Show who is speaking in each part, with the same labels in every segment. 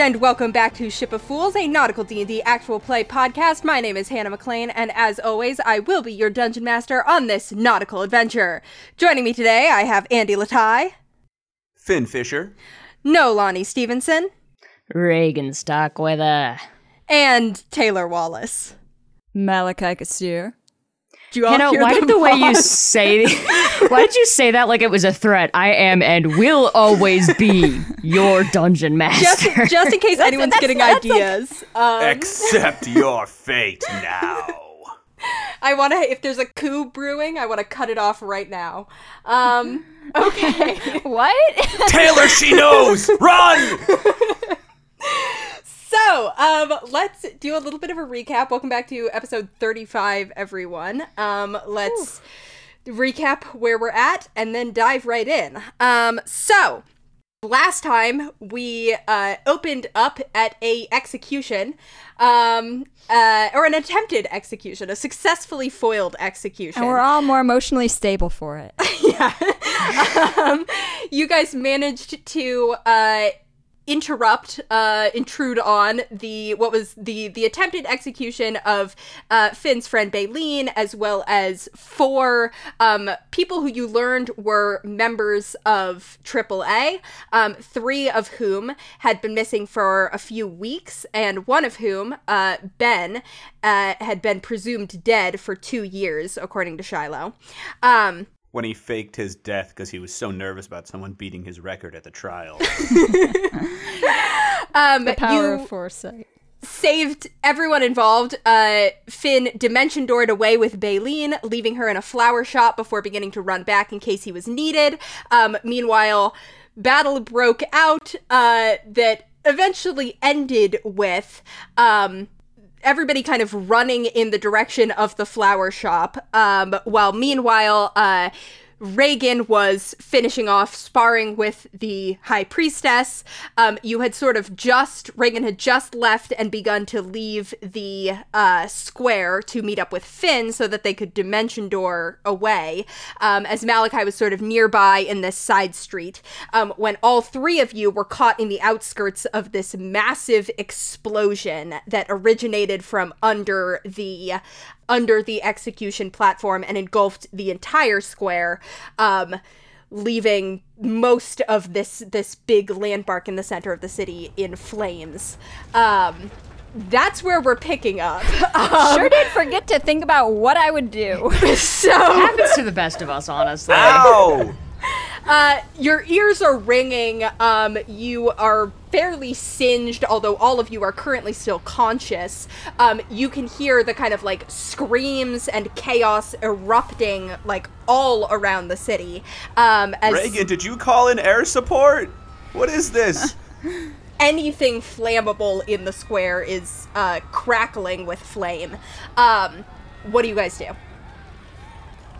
Speaker 1: and welcome back to Ship of Fools, a nautical D&D actual play podcast. My name is Hannah McLean, and as always, I will be your dungeon master on this nautical adventure. Joining me today, I have Andy Latai,
Speaker 2: Finn Fisher.
Speaker 1: No Lonnie Stevenson,
Speaker 3: Reagan Stockweather.
Speaker 1: and Taylor Wallace.
Speaker 4: Malachi Kassir.
Speaker 1: Do you all
Speaker 3: You know,
Speaker 1: hear
Speaker 3: why
Speaker 1: the
Speaker 3: did the way you
Speaker 1: pause?
Speaker 3: say why did you say that like it was a threat? I am and will always be your dungeon
Speaker 1: just,
Speaker 3: master.
Speaker 1: just in case anyone's getting ideas, um,
Speaker 2: Accept your fate now.
Speaker 1: I want to. If there's a coup brewing, I want to cut it off right now. Um, okay.
Speaker 4: What?
Speaker 2: Taylor, she knows! Run!
Speaker 1: So, um, let's do a little bit of a recap. Welcome back to episode 35, everyone. Um, let's recap where we're at and then dive right in. Um, so last time we uh, opened up at a execution um, uh, or an attempted execution a successfully foiled execution
Speaker 4: And we're all more emotionally stable for it.
Speaker 1: um, you guys managed to uh, interrupt, uh, intrude on the what was the the attempted execution of uh, Finn's friend Baleen, as well as four um, people who you learned were members of AAA. Um, three of whom had been missing for a few weeks, and one of whom, uh, Ben, uh, had been presumed dead for two years, according to Shiloh. Um,
Speaker 2: When he faked his death because he was so nervous about someone beating his record at the trial.
Speaker 1: um,
Speaker 4: The power
Speaker 1: you-
Speaker 4: of foresight.
Speaker 1: saved everyone involved. Uh, Finn dimension doored away with Baleen, leaving her in a flower shop before beginning to run back in case he was needed. Um, meanwhile, battle broke out uh, that eventually ended with. Um, Everybody kind of running in the direction of the flower shop, um, while meanwhile, uh, Reagan was finishing off sparring with the high priestess. Um, you had sort of just, Reagan had just left and begun to leave the uh, square to meet up with Finn so that they could dimension door away, um, as Malachi was sort of nearby in this side street, um, when all three of you were caught in the outskirts of this massive explosion that originated from under the under the execution platform and engulfed the entire square, um, leaving most of this this big landmark in the center of the city in flames. Um, that's where we're picking up. Um,
Speaker 4: Sure did forget to think about what I would do.
Speaker 1: so
Speaker 3: happens to the best of us, honestly.
Speaker 2: Ow!
Speaker 1: uh, your ears are ringing. Um, you are fairly singed, although all of you are currently still conscious. Um, you can hear the kind of like screams and chaos erupting like all around the city. Um, as
Speaker 2: Reagan, did you call in air support? What is this?
Speaker 1: anything flammable in the square is uh, crackling with flame. Um, what do you guys do?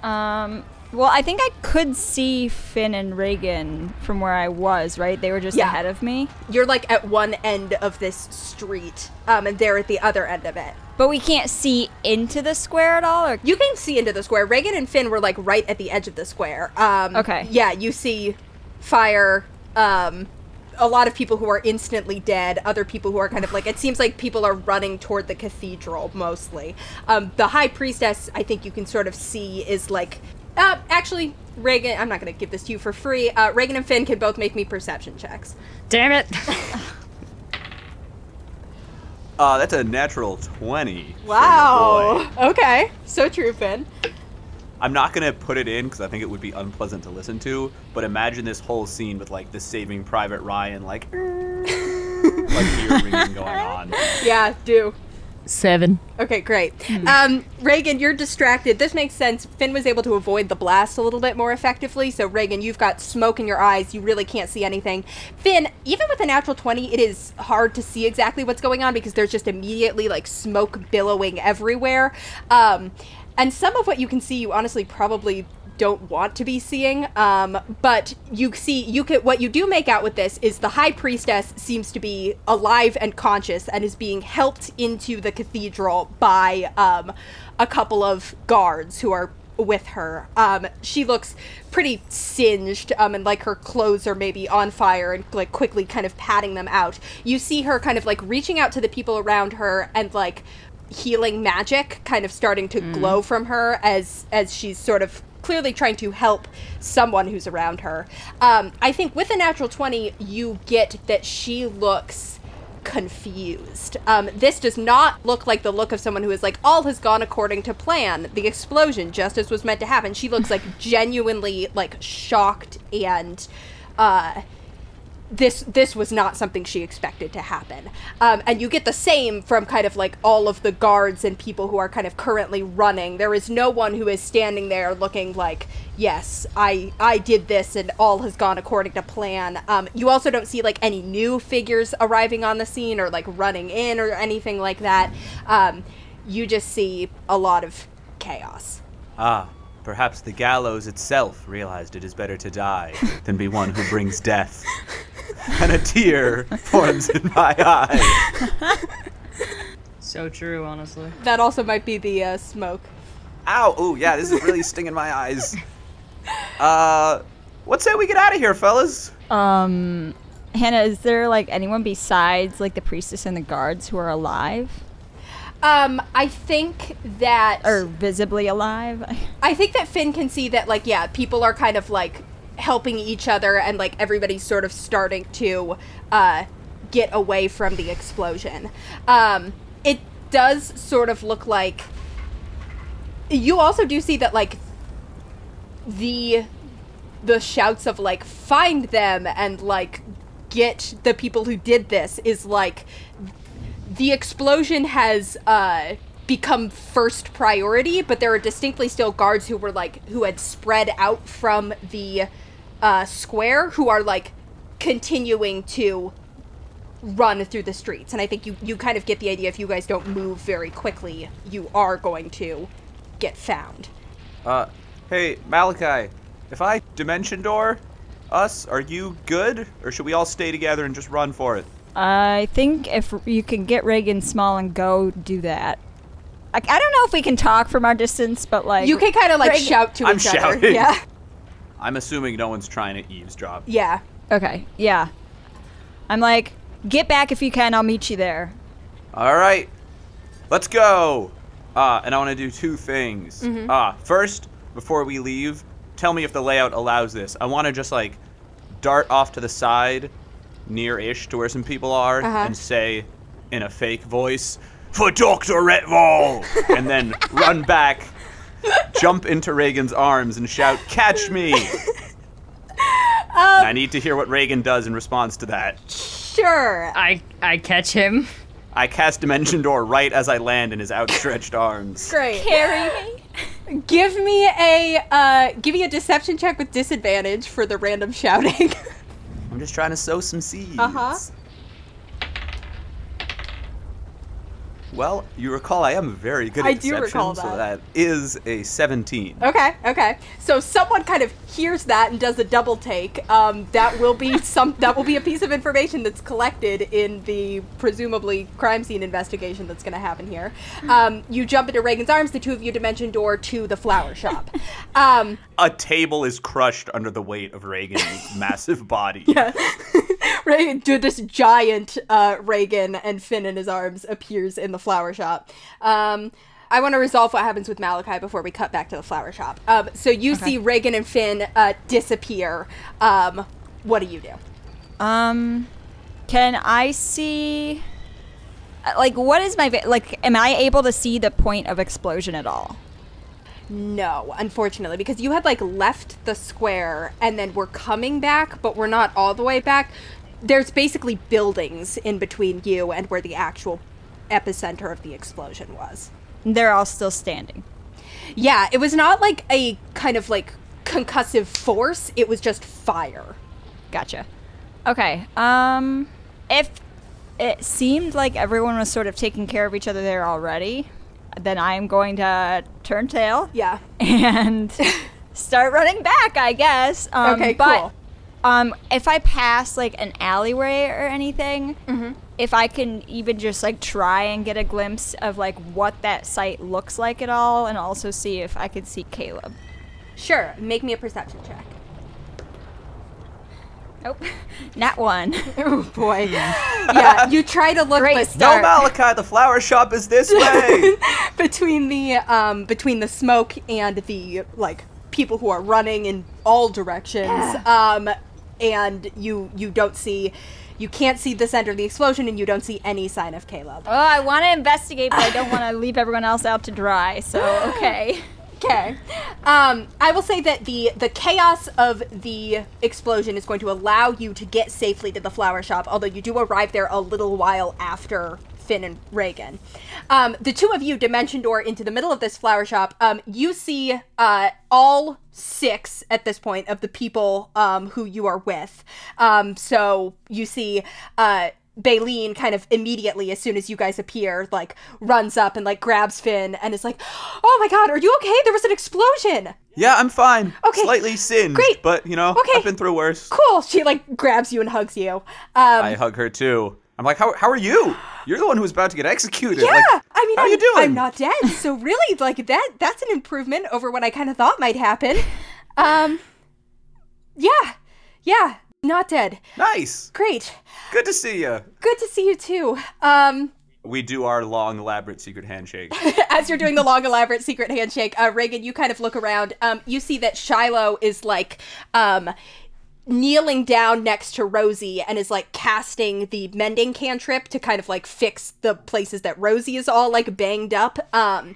Speaker 4: Um, well, I think I could see Finn and Reagan from where I was, right? They were just
Speaker 1: Yeah.
Speaker 4: ahead of me.
Speaker 1: You're like at one end of this street, um, and they're at the other end of it.
Speaker 4: But we can't see into the square at all? Or
Speaker 1: You can see into the square. Reagan and Finn were like right at the edge of the square. Um,
Speaker 4: Okay.
Speaker 1: Yeah, you see fire. Um, a lot of people who are instantly dead. Other people who are kind of like it seems like people are running toward the cathedral mostly. Um, the high priestess, I think you can sort of see is like. Uh, actually, Reagan. I'm not going to give this to you for free. Uh, Reagan and Finn can both make me perception checks.
Speaker 3: Damn it.
Speaker 2: Uh, that's a natural 20. for your boy.
Speaker 1: Okay. So true, Finn.
Speaker 2: I'm not going to put it in because I think it would be unpleasant to listen to, but imagine this whole scene with, like, the saving Private Ryan, like, like ear ringing going on.
Speaker 1: Yeah. Do.
Speaker 3: Seven.
Speaker 1: Okay, great. Um, Reagan, you're distracted. This makes sense. Finn was able to avoid the blast a little bit more effectively. So, Reagan, you've got smoke in your eyes. You really can't see anything. Finn, even with a natural 20, it is hard to see exactly what's going on because there's just immediately like smoke billowing everywhere. Um, and some of what you can see, you honestly probably don't want to be seeing um but you see you can what you do make out with this is the high priestess seems to be alive and conscious and is being helped into the cathedral by um a couple of guards who are with her. Um, she looks pretty singed, um, and like her clothes are maybe on fire, and like quickly kind of patting them out. You see her kind of like reaching out to the people around her and like healing magic kind of starting to glow from her as as she's sort of clearly trying to help someone who's around her. Um, I think with a natural 20, you get that she looks confused. Um, this does not look like the look of someone who is like, all has gone according to plan. The explosion, just as was meant to happen. She looks like genuinely like shocked and uh this this was not something she expected to happen um, and you get the same from kind of like all of the guards and people who are kind of currently running there is no one who is standing there looking like yes i i did this and all has gone according to plan um, you also don't see like any new figures arriving on the scene or like running in or anything like that um, you just see a lot of chaos
Speaker 2: Ah, perhaps the gallows itself realized it is better to die than be one who brings death. and a tear forms in my eye.
Speaker 3: So true, honestly.
Speaker 1: that also might be the uh, smoke
Speaker 2: Ow! Ooh, yeah, this is really stinging my eyes. Uh, what say we get out of here, fellas?
Speaker 4: Um, Hannah, is there like anyone besides like the priestess and the guards who are alive
Speaker 1: um i think that
Speaker 4: or visibly alive?
Speaker 1: I think that Finn can see that, like, yeah, people are kind of like helping each other, and like everybody's sort of starting to uh, get away from the explosion. Um, it does sort of look like you also do see that, like, the the shouts of like find them and like get the people who did this is like the explosion has uh become first priority but there are distinctly still guards who were like who had spread out from the uh square who are like continuing to run through the streets and i think you you kind of get the idea if you guys don't move very quickly you are going to get found
Speaker 2: Uh, hey, Malachi, if I dimension door us, are you good? Or should we all stay together and just run for it?
Speaker 4: I think if you can get Reagan small and go, do that. Like, I don't know if we can talk from our distance, but like
Speaker 1: you can kind of like
Speaker 4: Reagan-
Speaker 1: shout to
Speaker 2: I'm
Speaker 1: each other
Speaker 2: shouting.
Speaker 1: yeah
Speaker 2: I'm assuming no one's trying to eavesdrop.
Speaker 1: yeah
Speaker 4: Okay, yeah. I'm like, get back if you can. I'll meet you there.
Speaker 2: All right, let's go. Uh, and I want to do two things. Uh, first, before we leave, tell me if the layout allows this. I want to just like dart off to the side, near-ish to where some people are,
Speaker 1: Uh-huh.
Speaker 2: and say in a fake voice, "For Doctor Retval," and then run back, jump into Reagan's arms, and shout, "Catch me!" And I need to hear what Reagan does in response to that.
Speaker 1: sure
Speaker 3: I I catch him.
Speaker 2: I cast Dimension Door right as I land in his outstretched arms.
Speaker 1: great
Speaker 4: Carry me.
Speaker 1: Give me a uh, give me a deception check with disadvantage for the random shouting.
Speaker 2: I'm just trying to sow some seeds.
Speaker 1: Uh-huh.
Speaker 2: Well, you recall I am very good at
Speaker 1: I do
Speaker 2: deception,
Speaker 1: recall
Speaker 2: so
Speaker 1: that. Oh.
Speaker 2: that is a 17.
Speaker 1: okay, okay. So someone kind of hears that and does a double take. Um, that will be some that will be a piece of information that's collected in the presumably crime scene investigation that's going to happen here.
Speaker 4: Hmm.
Speaker 1: Um, you jump into Reagan's arms. The two of you dimension door to the flower shop. Um,
Speaker 2: A table is crushed under the weight of Reagan's massive body.
Speaker 1: Reagan, dude, this giant uh, Reagan and Finn in his arms appears in the flower shop. Um, I want to resolve what happens with Malachi before we cut back to the flower shop. Um, so you see Reagan and Finn uh, disappear. Um, what do you do?
Speaker 4: Um, can I see? uh, Like, what is my vi- like? Am I able to see the point of explosion at all?
Speaker 1: No, unfortunately, because you had like left the square and then we're coming back, but we're not all the way back. There's basically buildings in between you and where the actual epicenter of the explosion was.
Speaker 4: They're all still standing.
Speaker 1: Yeah, it was not like a kind of like concussive force. It was just fire.
Speaker 4: Gotcha. Okay. Um, if it seemed like everyone was sort of taking care of each other there already, then I am going to turn tail
Speaker 1: Yeah.
Speaker 4: and start running back. I guess. Um,
Speaker 1: Okay,
Speaker 4: but
Speaker 1: cool.
Speaker 4: Um, if I pass like an alleyway or anything,
Speaker 1: Mm-hmm.
Speaker 4: if I can even just like try and get a glimpse of like what that site looks like at all, and also see if I could see Caleb.
Speaker 1: Sure, make me a perception check.
Speaker 4: Nope, not one.
Speaker 1: Oh boy. yeah, you try to look
Speaker 4: Great
Speaker 1: but
Speaker 2: No,
Speaker 1: start
Speaker 2: Malachi, the flower shop is this way.
Speaker 1: between the um between the smoke and the like people who are running in all directions. Um and you you don't see you can't see the center of the explosion and you don't see any sign of Caleb.
Speaker 4: Oh, I want to investigate, but I don't want to leave everyone else out to dry. So okay.
Speaker 1: Okay. Um, I will say that the the chaos of the explosion is going to allow you to get safely to the flower shop, although you do arrive there a little while after Finn and Reagan. Um, the two of you dimension door into the middle of this flower shop. Um, you see uh, all six at this point of the people um, who you are with. Um, so you see. Uh, Baleen kind of immediately, as soon as you guys appear, like runs up and like grabs Finn and is like, "Oh my god, are you okay? There was an explosion."
Speaker 2: yeah, I'm fine.
Speaker 1: Okay.
Speaker 2: Slightly singed,
Speaker 1: Great.
Speaker 2: but you know,
Speaker 1: Okay.
Speaker 2: I've been through worse.
Speaker 1: Cool. She like grabs you and hugs you. Um,
Speaker 2: I hug her too. I'm like, how, how are you? You're the one who was about to get executed.
Speaker 1: yeah,
Speaker 2: Like,
Speaker 1: "Ah, I mean,
Speaker 2: how
Speaker 1: I'm,
Speaker 2: you doing?
Speaker 1: I'm not dead, so really, like that, that's an improvement over what I kind of thought might happen. Um, yeah, yeah, not dead.
Speaker 2: Nice.
Speaker 1: Great.
Speaker 2: Good to see you.
Speaker 1: Good to see you too. Um,
Speaker 2: We do our long, elaborate secret handshake.
Speaker 1: as you're doing the long, elaborate secret handshake, uh, Reagan, you kind of look around. Um, you see that Shiloh is like um, kneeling down next to Rosie and is like casting the mending cantrip to kind of like fix the places that Rosie is all like banged up. Um,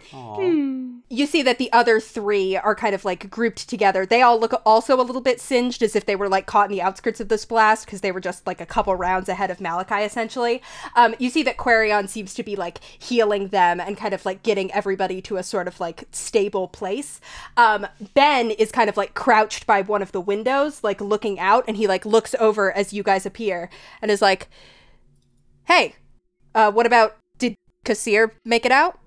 Speaker 1: you see that the other three are kind of like grouped together. They all look also a little bit singed as if they were like caught in the outskirts of this blast because they were just like a couple rounds ahead of Malachi essentially. Um, you see that Quarion seems to be like healing them and kind of like getting everybody to a sort of like stable place. Um, ben is kind of like crouched by one of the windows, like looking out, and he like looks over as you guys appear and is like, hey, uh, what about did Kassir make it out?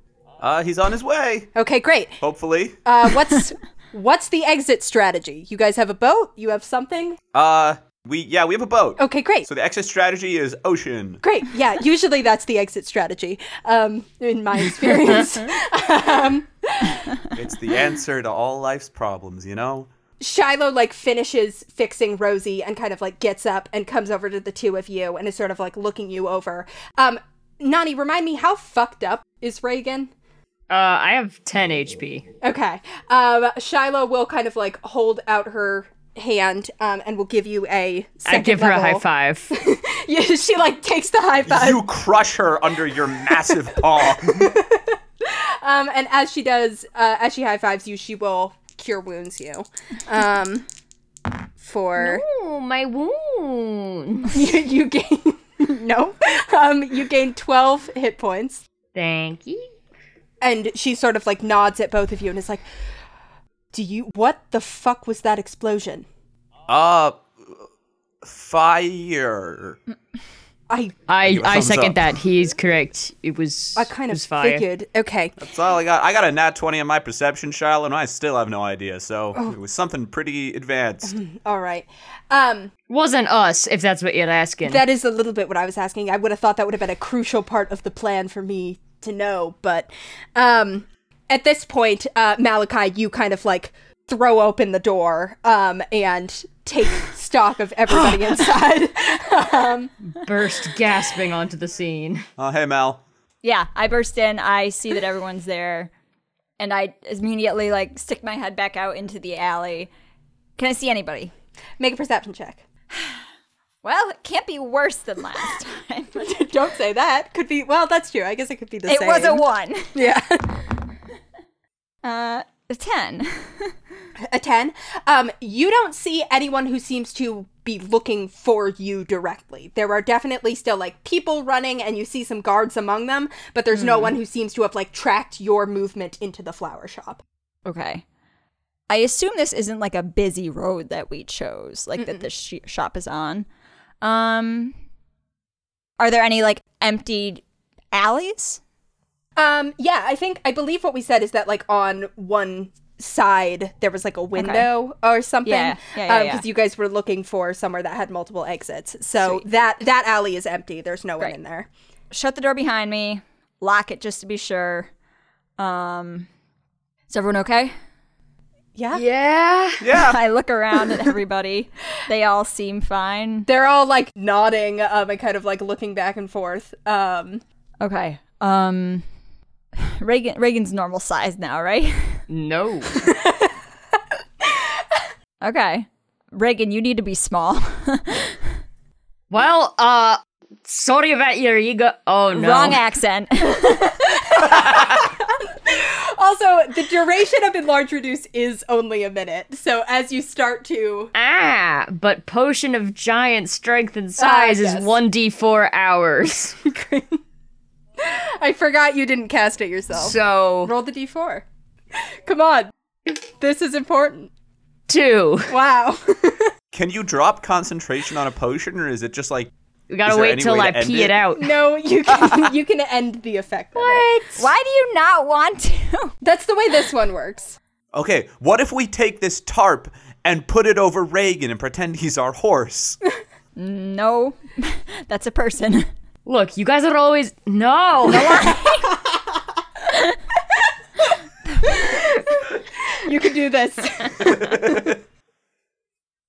Speaker 2: Uh, he's on his way,
Speaker 1: Okay, great
Speaker 2: hopefully.
Speaker 1: uh, what's what's the exit strategy? You guys have a boat. You have something.
Speaker 2: Uh, we yeah, we have a boat.
Speaker 1: Okay, great,
Speaker 2: So the exit strategy is ocean.
Speaker 1: great. Yeah, usually that's the exit strategy. Um, in my experience, um,
Speaker 2: It's the answer to all life's problems, you know?
Speaker 1: Shiloh like finishes fixing Rosie and kind of like gets up and comes over to the two of you and is sort of like looking you over. Um, Nani, remind me how fucked up is Reagan?
Speaker 3: Uh, I have 10 HP.
Speaker 1: Okay. Um, Shiloh will kind of like hold out her hand um, and will give you a.
Speaker 3: I
Speaker 1: Second
Speaker 3: give her a high
Speaker 1: level-
Speaker 3: five.
Speaker 1: Yeah, she like takes the high five.
Speaker 2: You crush her under your massive paw.
Speaker 1: Um, and as she does, uh, as she high fives you, she will cure wounds you. Um, for
Speaker 5: Ooh, my wound.
Speaker 1: you, you gain no, um, you gain twelve hit points.
Speaker 5: Thank you.
Speaker 1: And she sort of like nods at both of you and is like, "Do you? What the fuck was that explosion?
Speaker 2: Uh, fire.
Speaker 1: I
Speaker 3: I,
Speaker 2: Give a
Speaker 3: I
Speaker 2: thumbs
Speaker 3: second
Speaker 2: up.
Speaker 3: that. He's correct. It was.
Speaker 1: I kind
Speaker 3: it
Speaker 1: of
Speaker 3: was fire.
Speaker 1: figured. Okay,
Speaker 2: That's all I got. I got a nat 20 on my perception, Shiloh, and I still have no idea, so it was something pretty advanced.
Speaker 1: all right. Um,
Speaker 3: Wasn't us, if that's what you're asking.
Speaker 1: that is a little bit what I was asking. I would have thought that would have been a crucial part of the plan for me to know, but um at this point, uh Malachi, you kind of like throw open the door um and take stock of everybody inside. um
Speaker 3: Burst gasping onto the scene.
Speaker 2: Oh, hey, Mal.
Speaker 4: Yeah, I burst in. I see that everyone's there, and I immediately like stick my head back out into the alley. Can I see anybody?
Speaker 1: make a perception check.
Speaker 4: Well, it can't be worse than last time.
Speaker 1: Don't say that. Could be well, that's true. I guess it could be the
Speaker 4: it
Speaker 1: same.
Speaker 4: was a one.
Speaker 1: Yeah.
Speaker 4: Uh, a ten.
Speaker 1: a 10 um you don't see anyone who seems to be looking for you directly there are definitely still like people running and you see some guards among them but there's
Speaker 4: Hmm.
Speaker 1: no one who seems to have like tracked your movement into the flower shop
Speaker 4: Okay. I assume this isn't like a busy road that we chose, like that the sh- shop is on. Um, are there any like empty alleys?
Speaker 1: um yeah i think i believe what we said is that like on one side there was like a window or something
Speaker 4: Yeah, yeah, yeah,
Speaker 1: um,
Speaker 4: yeah.
Speaker 1: you guys were looking for somewhere that had multiple exits so
Speaker 4: Sweet.
Speaker 1: that that alley is empty there's no one
Speaker 4: Great.
Speaker 1: in there
Speaker 4: shut the door behind me, lock it just to be sure. Um, is everyone okay?
Speaker 1: yeah,
Speaker 3: Yeah.
Speaker 2: Yeah.
Speaker 4: I look around at everybody. They all seem fine.
Speaker 1: they're all like nodding um and kind of like looking back and forth um
Speaker 4: Okay. Um, Reagan Reagan's normal size now, right?
Speaker 3: No.
Speaker 4: Okay. Reagan, you need to be small.
Speaker 3: well, uh, sorry about your ego. Oh no.
Speaker 4: Wrong accent.
Speaker 1: also the duration of enlarge reduce is only a minute so as you start to
Speaker 3: Ah, but potion of giant strength
Speaker 4: Ah,
Speaker 3: and size
Speaker 1: yes.
Speaker 3: is one d four hours.
Speaker 1: i forgot you didn't cast it yourself
Speaker 3: so
Speaker 1: roll the d4 come on this is important
Speaker 3: two.
Speaker 1: wow
Speaker 2: Can you drop concentration on a potion, or is it just like
Speaker 3: We
Speaker 2: Is
Speaker 3: gotta
Speaker 2: there
Speaker 3: wait
Speaker 2: any
Speaker 3: till
Speaker 2: way to
Speaker 3: I
Speaker 2: end
Speaker 3: pee
Speaker 2: it?
Speaker 3: it, out.
Speaker 1: no you can you can end the effect of it.
Speaker 4: Why do you not want to?
Speaker 1: That's the way this one works.
Speaker 2: Okay, what if we take this tarp and put it over Reagan and pretend he's our horse?
Speaker 4: No, that's a person.
Speaker 3: Look, you guys are always no.
Speaker 1: You can do this.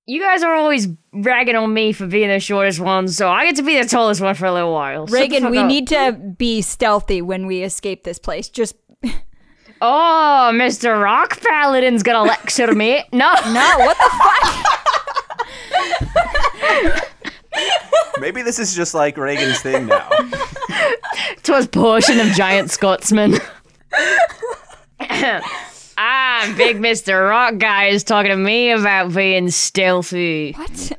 Speaker 3: you guys are always ragging on me for being the shortest one, so I get to be the tallest one for a little while. Shut the
Speaker 4: Reagan,
Speaker 3: fuck
Speaker 4: we
Speaker 3: up.
Speaker 4: need to be stealthy when we escape this place. Just
Speaker 3: Oh, Mr. Rock Paladin's gonna lecture me. No,
Speaker 4: no. oh, What the fuck?
Speaker 2: Maybe this is just like Reagan's thing now.
Speaker 3: twas portion of giant Scotsman. ah, big Mr. Rock guy is talking to me about being stealthy.
Speaker 4: What?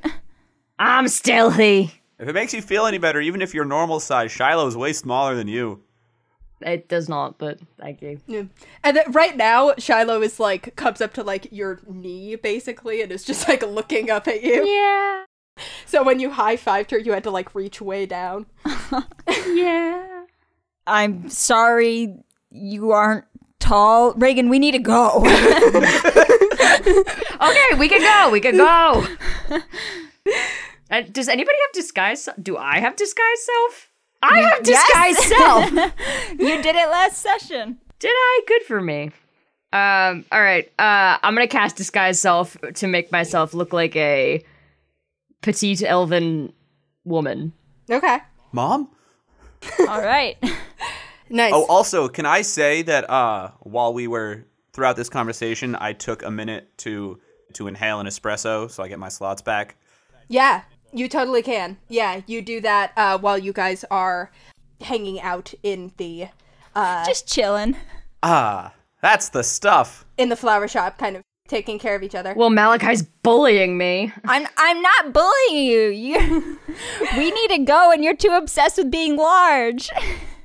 Speaker 3: I'm stealthy.
Speaker 2: if it makes you feel any better, even if you're normal size, Shiloh's way smaller than you.
Speaker 3: It does not, but thank you.
Speaker 1: and then right now, Shiloh is like comes up to like your knee basically, and is just like looking up at you.
Speaker 5: Yeah.
Speaker 1: So when you high fived her, you had to like reach way down.
Speaker 5: Yeah.
Speaker 4: I'm sorry you aren't tall. Reagan, we need to go.
Speaker 3: Okay, we can go. We can go. Uh, does anybody have disguise? Do I have disguise self? I have disguise self.
Speaker 4: you did it last session.
Speaker 3: Did I? Good for me. Um. All right. Uh. I'm gonna cast disguise self to make myself look like a petite elven woman.
Speaker 1: Okay.
Speaker 2: Mom?
Speaker 4: All right.
Speaker 1: Nice.
Speaker 2: Oh, also, can I say that uh, while we were throughout this conversation, I took a minute to to inhale an espresso so I get my slots back.
Speaker 1: yeah, you totally can. Yeah, you do that uh, while you guys are hanging out in the
Speaker 4: Just chilling.
Speaker 2: Ah, that's the stuff.
Speaker 1: in the flower shop, kind of taking care of each other.
Speaker 3: Well, Malachi's bullying me.
Speaker 4: I'm I'm not bullying you. You We need to go and you're too obsessed with being large.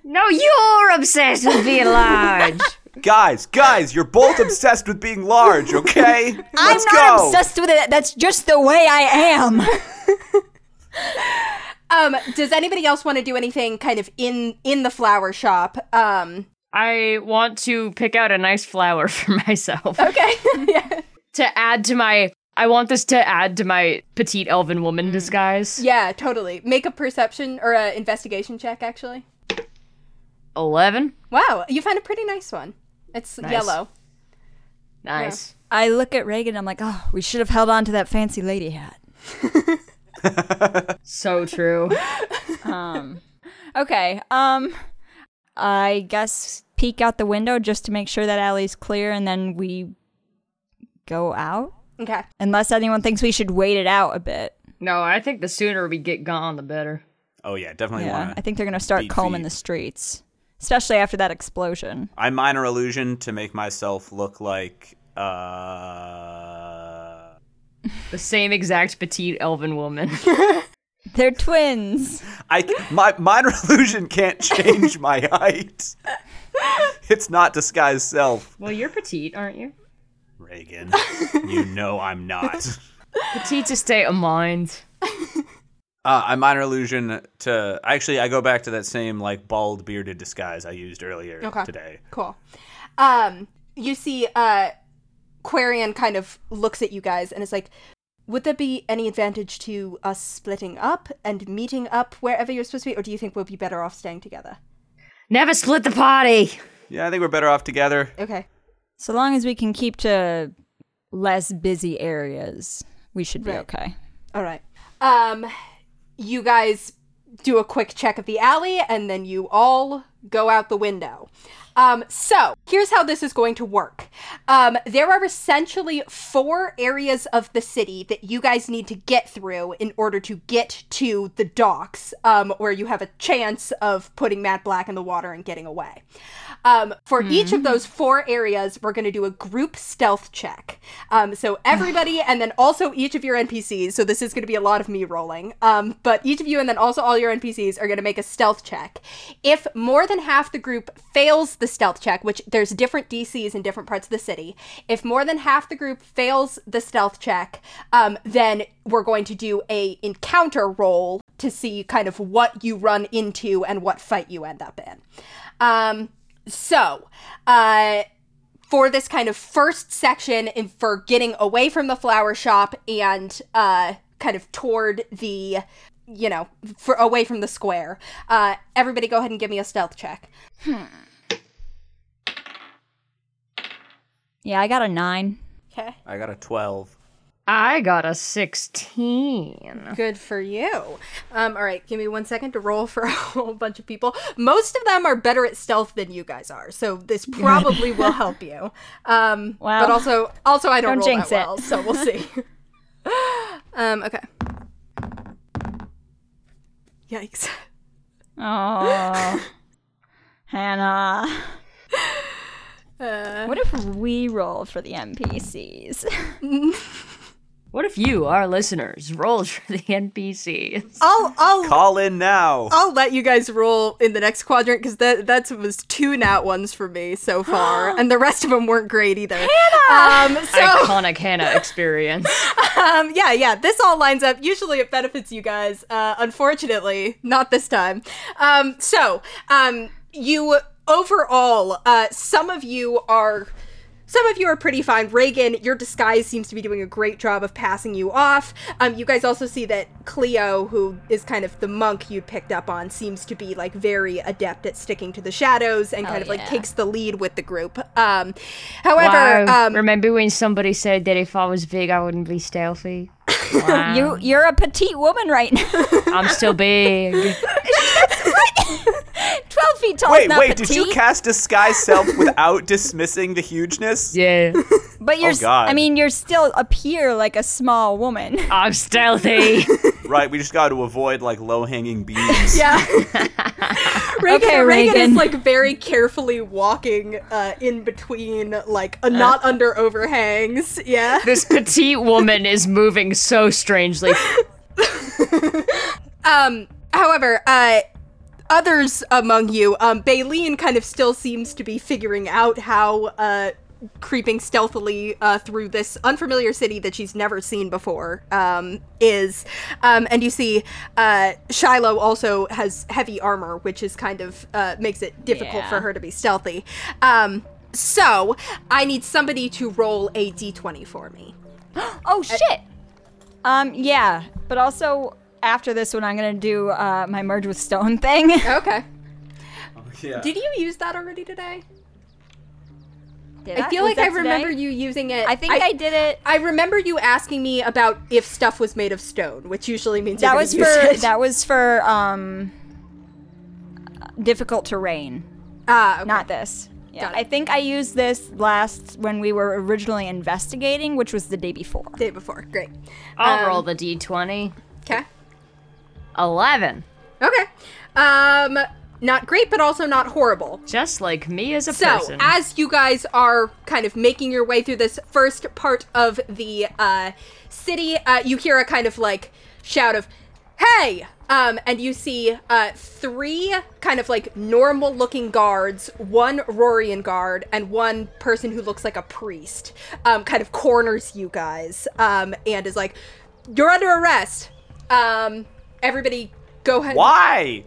Speaker 3: No, you're obsessed with being large.
Speaker 2: Guys, guys, you're both obsessed with being large, okay? Let's
Speaker 4: I'm not
Speaker 2: go.
Speaker 4: obsessed with it. That's just the way I am.
Speaker 1: um, does anybody else want to do anything kind of in in the flower shop? Um,
Speaker 3: I want to pick out a nice flower for myself.
Speaker 1: okay. yeah.
Speaker 3: to add to my I want this to add to my petite elven woman disguise.
Speaker 1: Yeah, totally. Make a perception or a investigation check, actually.
Speaker 3: 11.
Speaker 1: Wow, you found a pretty nice one. It's yellow.
Speaker 3: Nice.
Speaker 4: I look at Reagan I'm like, "Oh, we should have held on to that fancy lady hat."
Speaker 3: So true.
Speaker 4: Okay. Um I guess peek out the window just to make sure that alley's clear and then we go out.
Speaker 1: Okay.
Speaker 4: Unless anyone thinks we should wait it out a bit.
Speaker 3: no, I think the sooner we get gone the better.
Speaker 2: Oh yeah, definitely
Speaker 4: Yeah,
Speaker 2: want
Speaker 4: I
Speaker 2: to.
Speaker 4: think they're gonna start
Speaker 2: beat
Speaker 4: combing
Speaker 2: feet.
Speaker 4: the streets, especially after that explosion.
Speaker 2: I minor illusion to make myself look like uh
Speaker 3: The same exact petite elven woman.
Speaker 4: They're twins.
Speaker 2: I my minor illusion can't change my height. It's not disguised self.
Speaker 3: well, you're petite, aren't you?
Speaker 2: Reagan, you know I'm not.
Speaker 3: Petite's a state of mind.
Speaker 2: Uh, I minor illusion to actually I go back to that same like bald bearded disguise I used earlier
Speaker 1: Okay.
Speaker 2: today.
Speaker 1: Cool. Um, you see, uh, Quarian kind of looks at you guys and is like, would there be any advantage to us splitting up and meeting up wherever you're supposed to be, or do you think we'll be better off staying together?
Speaker 3: Never split the party.
Speaker 2: Yeah, I think we're better off together.
Speaker 1: Okay.
Speaker 4: So long as we can keep to less busy areas, we should be
Speaker 1: Right.
Speaker 4: okay.
Speaker 1: All right. Um, you guys do a quick check of the alley, and then you all go out the window. Um, so here's how this is going to work. Um, there are essentially four areas of the city that you guys need to get through in order to get to the docks, um, where you have a chance of putting Matt Black in the water and getting away. Um, for each of those four areas, we're going to do a group stealth check. Um, so everybody, and then also each of your NPCs. So this is going to be a lot of me rolling. Um, but each of you, and then also all your NPCs, are going to make a stealth check. If more than half the group fails the stealth check, which there's different DCs in different parts of the city, if more than half the group fails the stealth check, um, then we're going to do a encounter roll to see kind of what you run into and what fight you end up in. Um, so, uh, for this kind of first section and for getting away from the flower shop and uh, kind of toward the, you know, for away from the square, uh, everybody go ahead and give me a stealth check.
Speaker 4: Yeah, I got a nine.
Speaker 1: Okay.
Speaker 2: I got a 12.
Speaker 3: I got a 16.
Speaker 1: Good for you. Um, all right, give me one second to roll for a whole bunch of people. Most of them are better at stealth than you guys are, so this probably will help you. Um,
Speaker 4: Well,
Speaker 1: but also, also I don't,
Speaker 4: don't
Speaker 1: roll
Speaker 4: jinx
Speaker 1: that
Speaker 4: it.
Speaker 1: well, so we'll see. um, okay. Yikes.
Speaker 4: Oh, Hannah.
Speaker 1: Uh.
Speaker 4: what if we rolled for the NPCs?
Speaker 3: What if you, our listeners, rolled for the NPCs?
Speaker 1: I'll I'll
Speaker 2: Call in now.
Speaker 1: I'll let you guys roll in the next quadrant because that that was two nat ones for me so far, and the rest of them weren't great either. Um, so
Speaker 3: Iconic Hannah experience.
Speaker 1: um, yeah, yeah, this all lines up. Usually it benefits you guys. Uh, unfortunately, not this time. Um, so, um, you overall, uh, some of you are. Some of you are pretty fine. Reagan, your disguise seems to be doing a great job of passing you off. Um, you guys also see that Cleo, who is kind of the monk you picked up on, seems to be like very adept at sticking to the shadows and kind of like
Speaker 4: yeah.
Speaker 1: takes the lead with the group. Um, however,
Speaker 3: Wow.
Speaker 1: um,
Speaker 3: Remember when somebody said that if I was big, I wouldn't be stealthy?
Speaker 1: Hmm.
Speaker 3: Wow.
Speaker 4: You you're a petite woman right now.
Speaker 3: I'm still big.
Speaker 4: Twelve feet tall. is
Speaker 2: wait,
Speaker 4: not
Speaker 2: wait,
Speaker 4: petite,
Speaker 2: did you cast Disguise Self without dismissing the hugeness?
Speaker 3: Yeah.
Speaker 4: But you're.
Speaker 2: Oh,
Speaker 4: s-
Speaker 2: God.
Speaker 4: I mean, you're still appear like a small woman.
Speaker 3: I'm stealthy.
Speaker 2: Right, we just got to avoid like low hanging beams.
Speaker 1: Yeah. Reagan,
Speaker 4: Okay,
Speaker 1: Reagan, is
Speaker 4: Reagan.
Speaker 1: like very carefully walking uh, in between like
Speaker 4: Uh.
Speaker 1: a not under overhangs. Yeah.
Speaker 3: this petite woman is moving so strangely.
Speaker 1: Um however, uh others among you, um Baleen kind of still seems to be figuring out how uh creeping stealthily uh, through this unfamiliar city that she's never seen before um, is um, and you see uh, shiloh also has heavy armor which is kind of uh, makes it difficult
Speaker 4: Yeah.
Speaker 1: for her to be stealthy um, so i need somebody to roll a d20 for me
Speaker 4: Oh shit. Um. Yeah. But also after this one, I'm gonna do uh, my merge with stone thing.
Speaker 1: okay
Speaker 2: Yeah.
Speaker 1: did you use that already today
Speaker 4: Did
Speaker 1: i feel
Speaker 4: Was
Speaker 1: like
Speaker 4: that
Speaker 1: i remember
Speaker 4: today?
Speaker 1: you using it
Speaker 4: I think I, did it.
Speaker 1: I remember you asking me about if stuff was made of stone, which usually means
Speaker 4: That
Speaker 1: you're
Speaker 4: was for
Speaker 1: gonna use it.
Speaker 4: that was for um difficult terrain,
Speaker 1: ah, okay.
Speaker 4: not this. Yeah,
Speaker 1: Got it.
Speaker 4: I think I used this last when we were originally investigating, which was the day before.
Speaker 1: day before. Great.
Speaker 3: I'll roll the d20.
Speaker 1: Okay.
Speaker 3: 11.
Speaker 1: Okay. Um, not great, but also not horrible.
Speaker 3: Just like me as a
Speaker 1: So,
Speaker 3: person.
Speaker 1: as you guys are kind of making your way through this first part of the uh, city, uh, you hear a kind of like shout of, "Hey!" Um, and you see uh, three kind of like normal-looking guards, one Rorian guard, and one person who looks like a priest. Um, kind of corners you guys um, and is like, "You're under arrest." Um, everybody, go ahead.
Speaker 2: Why?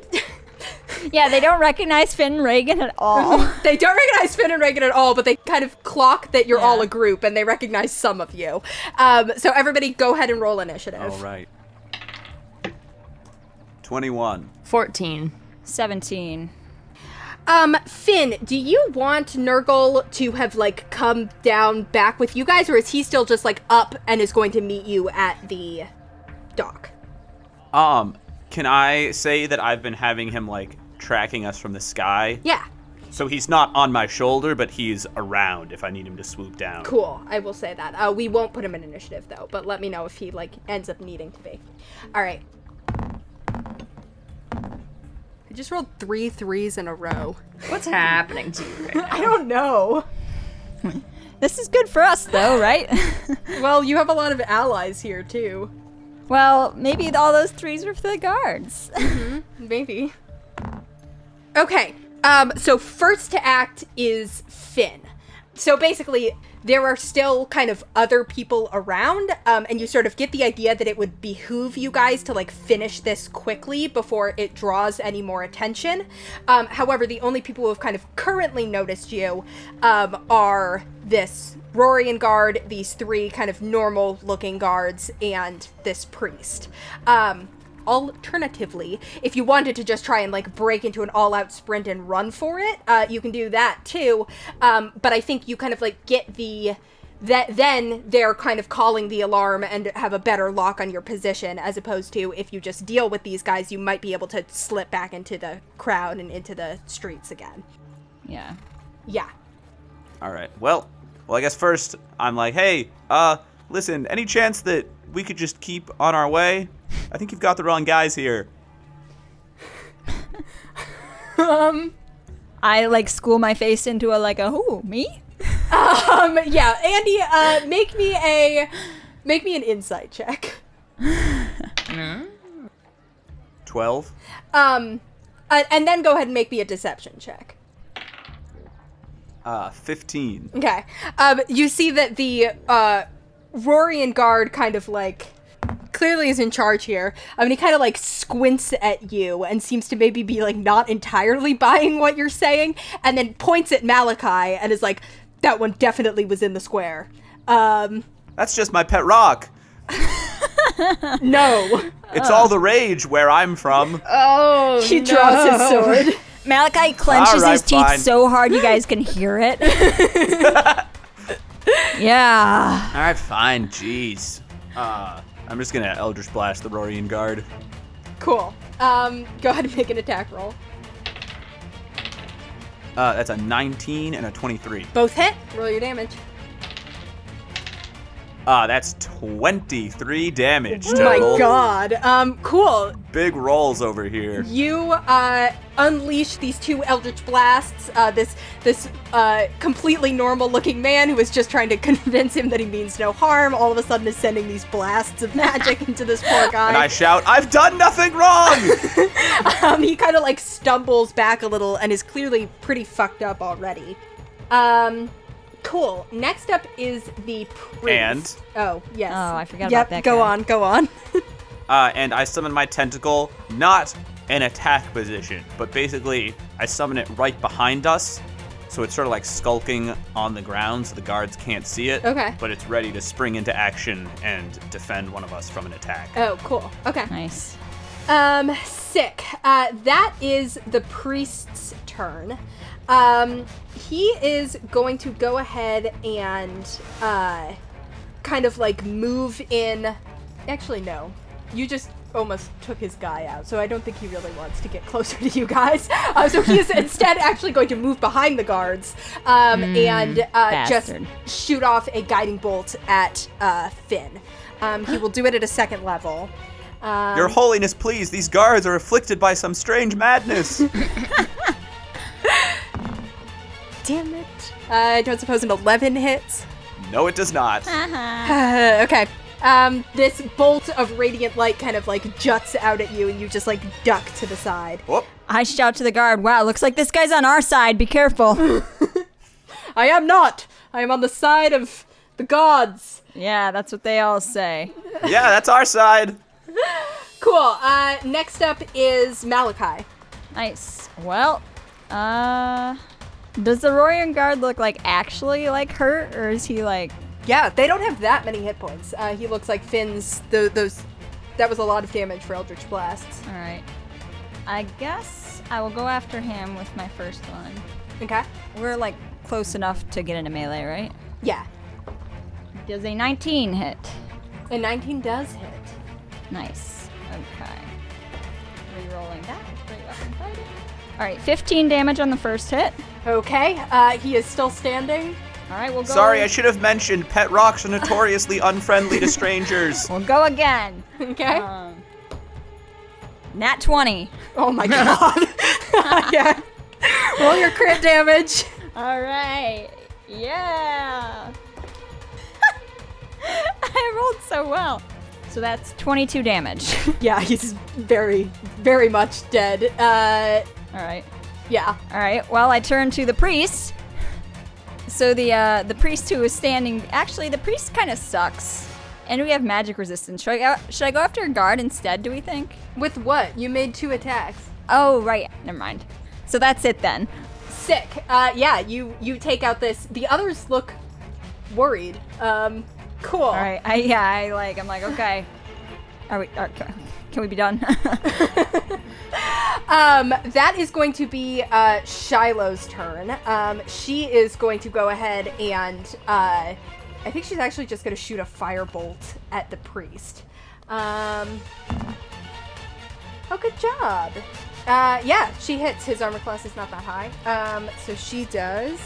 Speaker 4: Yeah, they don't recognize Finn Reagan at all.
Speaker 1: They don't recognize Finn and Reagan at all, but they kind of clock that you're all a group and they recognize some of you. Um, so everybody go ahead and roll initiative.
Speaker 2: All right. 21.
Speaker 3: 14.
Speaker 4: 17.
Speaker 1: Um, Finn, do you want Nurgle to have like come down back with you guys, or is he still just like up and is going to meet you at the dock?
Speaker 2: Um, can I say that I've been having him like tracking us from the sky?
Speaker 1: Yeah,
Speaker 2: So he's not on my shoulder, but he's around if I need him to swoop down.
Speaker 1: cool. I will say that. Uh, we won't put him in initiative though, but let me know if he like ends up needing to be. All right. I just rolled three threes in a row.
Speaker 3: What's happening to you? Right
Speaker 1: I don't know.
Speaker 4: This is good for us, though, right?
Speaker 1: Well, you have a lot of allies here too.
Speaker 4: well, maybe all those threes were for the guards.
Speaker 1: Maybe. Okay. Um, so first to act is Finn. So basically, there are still kind of other people around, um, and you sort of get the idea that it would behoove you guys to like finish this quickly before it draws any more attention. Um, however, the only people who have kind of currently noticed you um, are this Rorian guard, these three kind of normal looking guards, and this priest. Um, Alternatively, if you wanted to just try and like break into an all-out sprint and run for it, uh, you can do that too. Um, but I think you kind of like get the that then they're kind of calling the alarm and have a better lock on your position as opposed to if you just deal with these guys, you might be able to slip back into the crowd and into the streets again.
Speaker 4: yeah.
Speaker 1: Yeah.
Speaker 2: All right. Well, well, I guess first I'm like, hey, uh, listen, any chance that we could just keep on our way? I think you've got the wrong guys here.
Speaker 4: Um, I like school my face into a like a who me?
Speaker 1: Um. Yeah. Andy, uh, make me a make me an insight check.
Speaker 2: Twelve.
Speaker 1: Um, uh, and then go ahead and make me a deception check.
Speaker 2: Uh, fifteen.
Speaker 1: Okay. Um, you see that the uh, Rorian guard kind of like clearly is in charge here. I mean, he kind of like squints at you and seems to maybe be like not entirely buying what you're saying, and then points at Malachi and is like, "That one definitely was in the square." Um,
Speaker 2: That's just my pet rock.
Speaker 1: no.
Speaker 2: It's all the rage where I'm from.
Speaker 3: Oh,
Speaker 1: He draws his sword.
Speaker 4: Malachi clenches
Speaker 2: Alright,
Speaker 4: his teeth
Speaker 2: fine.
Speaker 4: so hard you guys can hear it. yeah.
Speaker 2: all right, fine. Jeez. Uh, I'm just gonna Eldritch Blast the Rorian guard.
Speaker 1: Cool. Um, go ahead and make an attack roll.
Speaker 2: Uh, that's a 19 and a 23.
Speaker 1: Both hit. Roll your damage.
Speaker 2: Uh, that's 23 damage total.
Speaker 1: Oh my god. Um, cool.
Speaker 2: Big rolls over here.
Speaker 1: You uh, unleash these two eldritch blasts. Uh, this this uh, completely normal-looking man who is just trying to convince him that he means no harm, all of a sudden is sending these blasts of magic into this poor
Speaker 2: And I
Speaker 1: guy.
Speaker 2: shout, I've done nothing wrong!
Speaker 1: um, he kind of like stumbles back a little and is clearly pretty fucked up already. Um, cool. Next up is the priest. And oh yes.
Speaker 4: Oh, I forgot
Speaker 1: yep,
Speaker 4: about that
Speaker 1: Go
Speaker 4: guy.
Speaker 1: on. Go on.
Speaker 2: uh, and I summon my tentacle, not an attack position, but basically I summon it right behind us, so it's sort of like skulking on the ground, so the guards can't see it.
Speaker 1: Okay.
Speaker 2: But it's ready to spring into action and defend one of us from an attack.
Speaker 1: oh, cool. Okay.
Speaker 4: Nice.
Speaker 1: Um, sick. Uh, that is the priest's turn. Um, he is going to go ahead and uh, kind of like move in. Actually, no. You just almost took his guy out, so I don't think he really wants to get closer to you guys. Uh, so he is instead actually going to move behind the guards um, and uh, just
Speaker 4: bastard.
Speaker 1: shoot off a guiding bolt at uh, Finn. Um, he will do it at a second level. Um,
Speaker 2: Your Holiness, please, these guards are afflicted by some strange madness.
Speaker 1: Damn it. Uh, I don't suppose an 11 hits.
Speaker 2: no, it does not.
Speaker 1: Uh, okay. Um, this bolt of radiant light kind of like juts out at you and you just like duck to the side.
Speaker 2: Whoop.
Speaker 4: I shout to the guard, wow, looks like this guy's on our side. Be careful.
Speaker 1: I am not. I am on the side of the gods.
Speaker 4: yeah, that's what they all say.
Speaker 2: Yeah, that's our side.
Speaker 1: Cool. Uh, next up is Malachi.
Speaker 4: Nice. Well, uh, does the Royan guard look like actually like hurt, or is he like?
Speaker 1: Yeah, they don't have that many hit points. Uh, he looks like Finn's. Th- those. That was a lot of damage for Eldritch Blasts.
Speaker 4: All right. I guess I will go after him with my first one.
Speaker 1: Okay.
Speaker 4: We're like close enough to get into melee, right?
Speaker 1: Yeah.
Speaker 4: Does a 19 hit?
Speaker 1: And 19 does hit.
Speaker 4: Nice. Okay. Rerolling that. Great weapon fighting. All right, 15 damage on the first hit.
Speaker 1: Okay. Uh, he is still standing.
Speaker 4: All right, we'll go.
Speaker 2: Sorry, I should have mentioned pet rocks are notoriously unfriendly to strangers.
Speaker 4: We'll go again.
Speaker 1: Okay.
Speaker 4: Um, nat 20.
Speaker 1: oh my god. yeah. Roll your crit damage.
Speaker 4: All right. Yeah. I rolled so well. So that's 22 damage.
Speaker 1: Yeah, he's very, very much dead. Uh,
Speaker 4: All right.
Speaker 1: yeah.
Speaker 4: All right. Well, I turn to the priest. So the uh, the priest who is standing actually the priest kind of sucks, and we have magic resistance. Should I go, should I go after a guard instead? Do we think?
Speaker 1: With what? You made two attacks.
Speaker 4: Oh right, never mind. So that's it then.
Speaker 1: Sick. Uh, yeah, you you take out this. The others look worried. Um, cool.
Speaker 4: All right. I, yeah, I like. I'm like okay. Are we? Are, can we be done?
Speaker 1: Um, that is going to be uh, Shiloh's turn. Um, she is going to go ahead and uh, I think she's actually just going to shoot a firebolt at the priest. Um, oh, good job. Uh, yeah, she hits. His armor class is not that high. Um, so she does.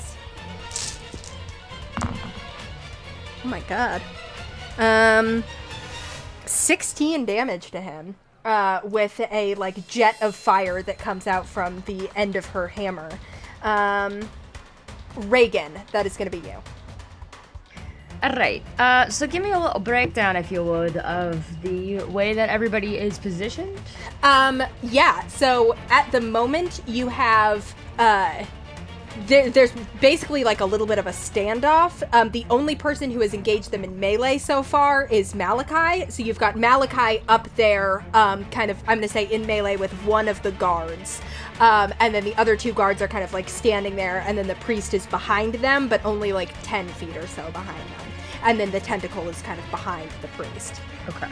Speaker 1: Oh my god. Um, 16 damage to him uh, with a like jet of fire that comes out from the end of her hammer. Um, Reagan, that is going to be you.
Speaker 3: All right. Uh, so give me a little breakdown, if you would, of the way that everybody is positioned.
Speaker 1: Um, yeah. So at the moment, you have uh, there, there's basically like a little bit of a standoff. Um, the only person who has engaged them in melee so far is Malachi. So you've got Malachi up there, um, kind of, I'm going to say in melee with one of the guards. Um, and then the other two guards are kind of like standing there. And then the priest is behind them, but only like 10 feet or so behind them. And then the tentacle is kind of behind the priest.
Speaker 3: Okay.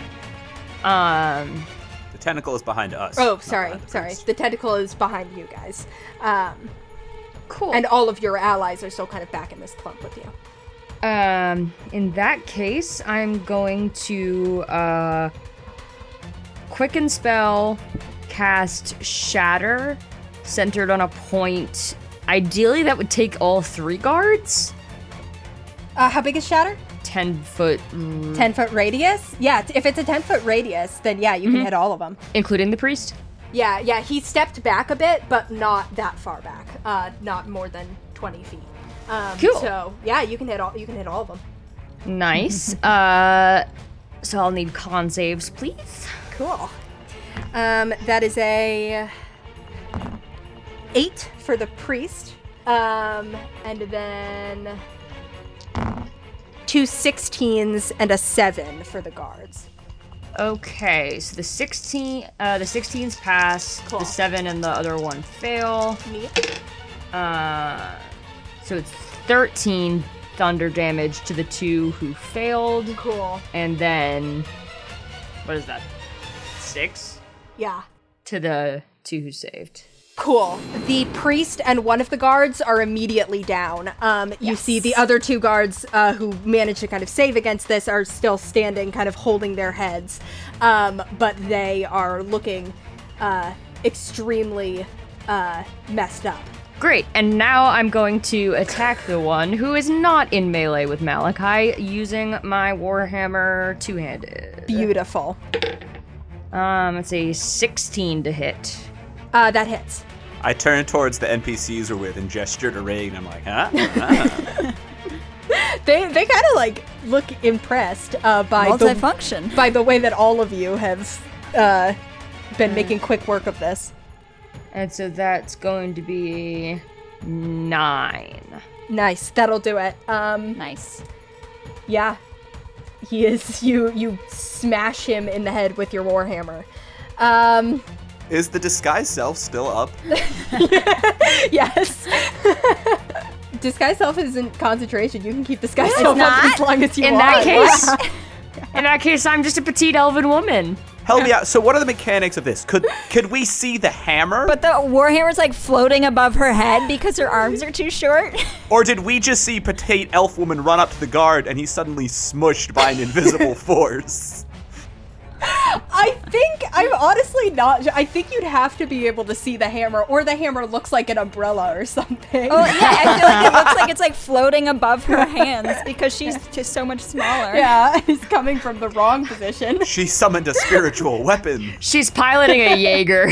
Speaker 3: Um.
Speaker 2: the tentacle is behind us. Uh,
Speaker 1: Oh,
Speaker 2: not
Speaker 1: sorry,
Speaker 2: behind the
Speaker 1: sorry.
Speaker 2: priest.
Speaker 1: The tentacle is behind you guys. Um,
Speaker 3: Cool.
Speaker 1: and all of your allies are still kind of back in this clump with you.
Speaker 3: Um, in that case, I'm going to uh, quicken spell, cast shatter, centered on a point. Ideally, that would take all three guards.
Speaker 1: Uh, how big is Shatter?
Speaker 3: Ten foot, mm,
Speaker 1: 10 foot radius? Yeah, t- if it's a 10 foot radius, then yeah, you can hit all of them.
Speaker 3: including the priest.
Speaker 1: Mm-hmm. Yeah, yeah, he stepped back a bit, but not that far back. Uh, not more than 20 feet. Um,
Speaker 3: Cool.
Speaker 1: So yeah, you can hit all you can hit all of them.
Speaker 3: Nice. uh, so I'll need con saves, please.
Speaker 1: Cool. Um, that is a eight for the priest, um, and then two 16s and a seven for the guards.
Speaker 3: Okay, so the sixteen, uh, the sixteens pass.
Speaker 1: Cool.
Speaker 3: The seven and the other one fail.
Speaker 1: Neat.
Speaker 3: Uh, so it's 13 thunder damage to the two who failed.
Speaker 1: Cool.
Speaker 3: And then, what is that? Six?
Speaker 1: Yeah.
Speaker 3: To the two who saved.
Speaker 1: Cool. The priest and one of the guards are immediately down. Um, You see the other two guards uh, who managed to kind of save against this are still standing, kind of holding their heads, um, but they are looking uh, extremely uh, messed up.
Speaker 3: Great, and now I'm going to attack the one who is not in melee with Malachi using my Warhammer two handed.
Speaker 1: Beautiful.
Speaker 3: Um, it's a 16 to hit.
Speaker 1: Uh, that hits.
Speaker 2: I turned towards the NPCs we're with and gestured to Reagan. I'm like, huh? Huh?
Speaker 1: They they kind of like look impressed uh, by the
Speaker 4: Multifunction.
Speaker 1: by the way that all of you have uh, been making quick work of this.
Speaker 3: And so that's going to be nine.
Speaker 1: Nice. That'll do it. Um,
Speaker 4: nice.
Speaker 1: Yeah. He is you you smash him in the head with your warhammer. Um
Speaker 2: Is the disguise self still up?
Speaker 1: yes. disguise self is in concentration. You can keep disguise self
Speaker 4: not.
Speaker 1: up as long as you
Speaker 3: In
Speaker 1: want.
Speaker 3: that case, in that case, I'm just a petite elven woman.
Speaker 2: Help me out. So what are the mechanics of this? Could could we see the hammer?
Speaker 4: But the warhammer's like floating above her head because her arms are too short.
Speaker 2: or did we just see Potate Elf Woman run up to the guard and he's suddenly smushed by an invisible force?
Speaker 1: I think I'm honestly not. I think you'd have to be able to see the hammer, or the hammer looks like an umbrella or something.
Speaker 3: Oh.
Speaker 4: well, yeah, I feel like it looks like it's like floating above her hands because she's just so much smaller.
Speaker 1: yeah, it's coming from the wrong position.
Speaker 2: She summoned a spiritual weapon.
Speaker 3: She's piloting a Jaeger.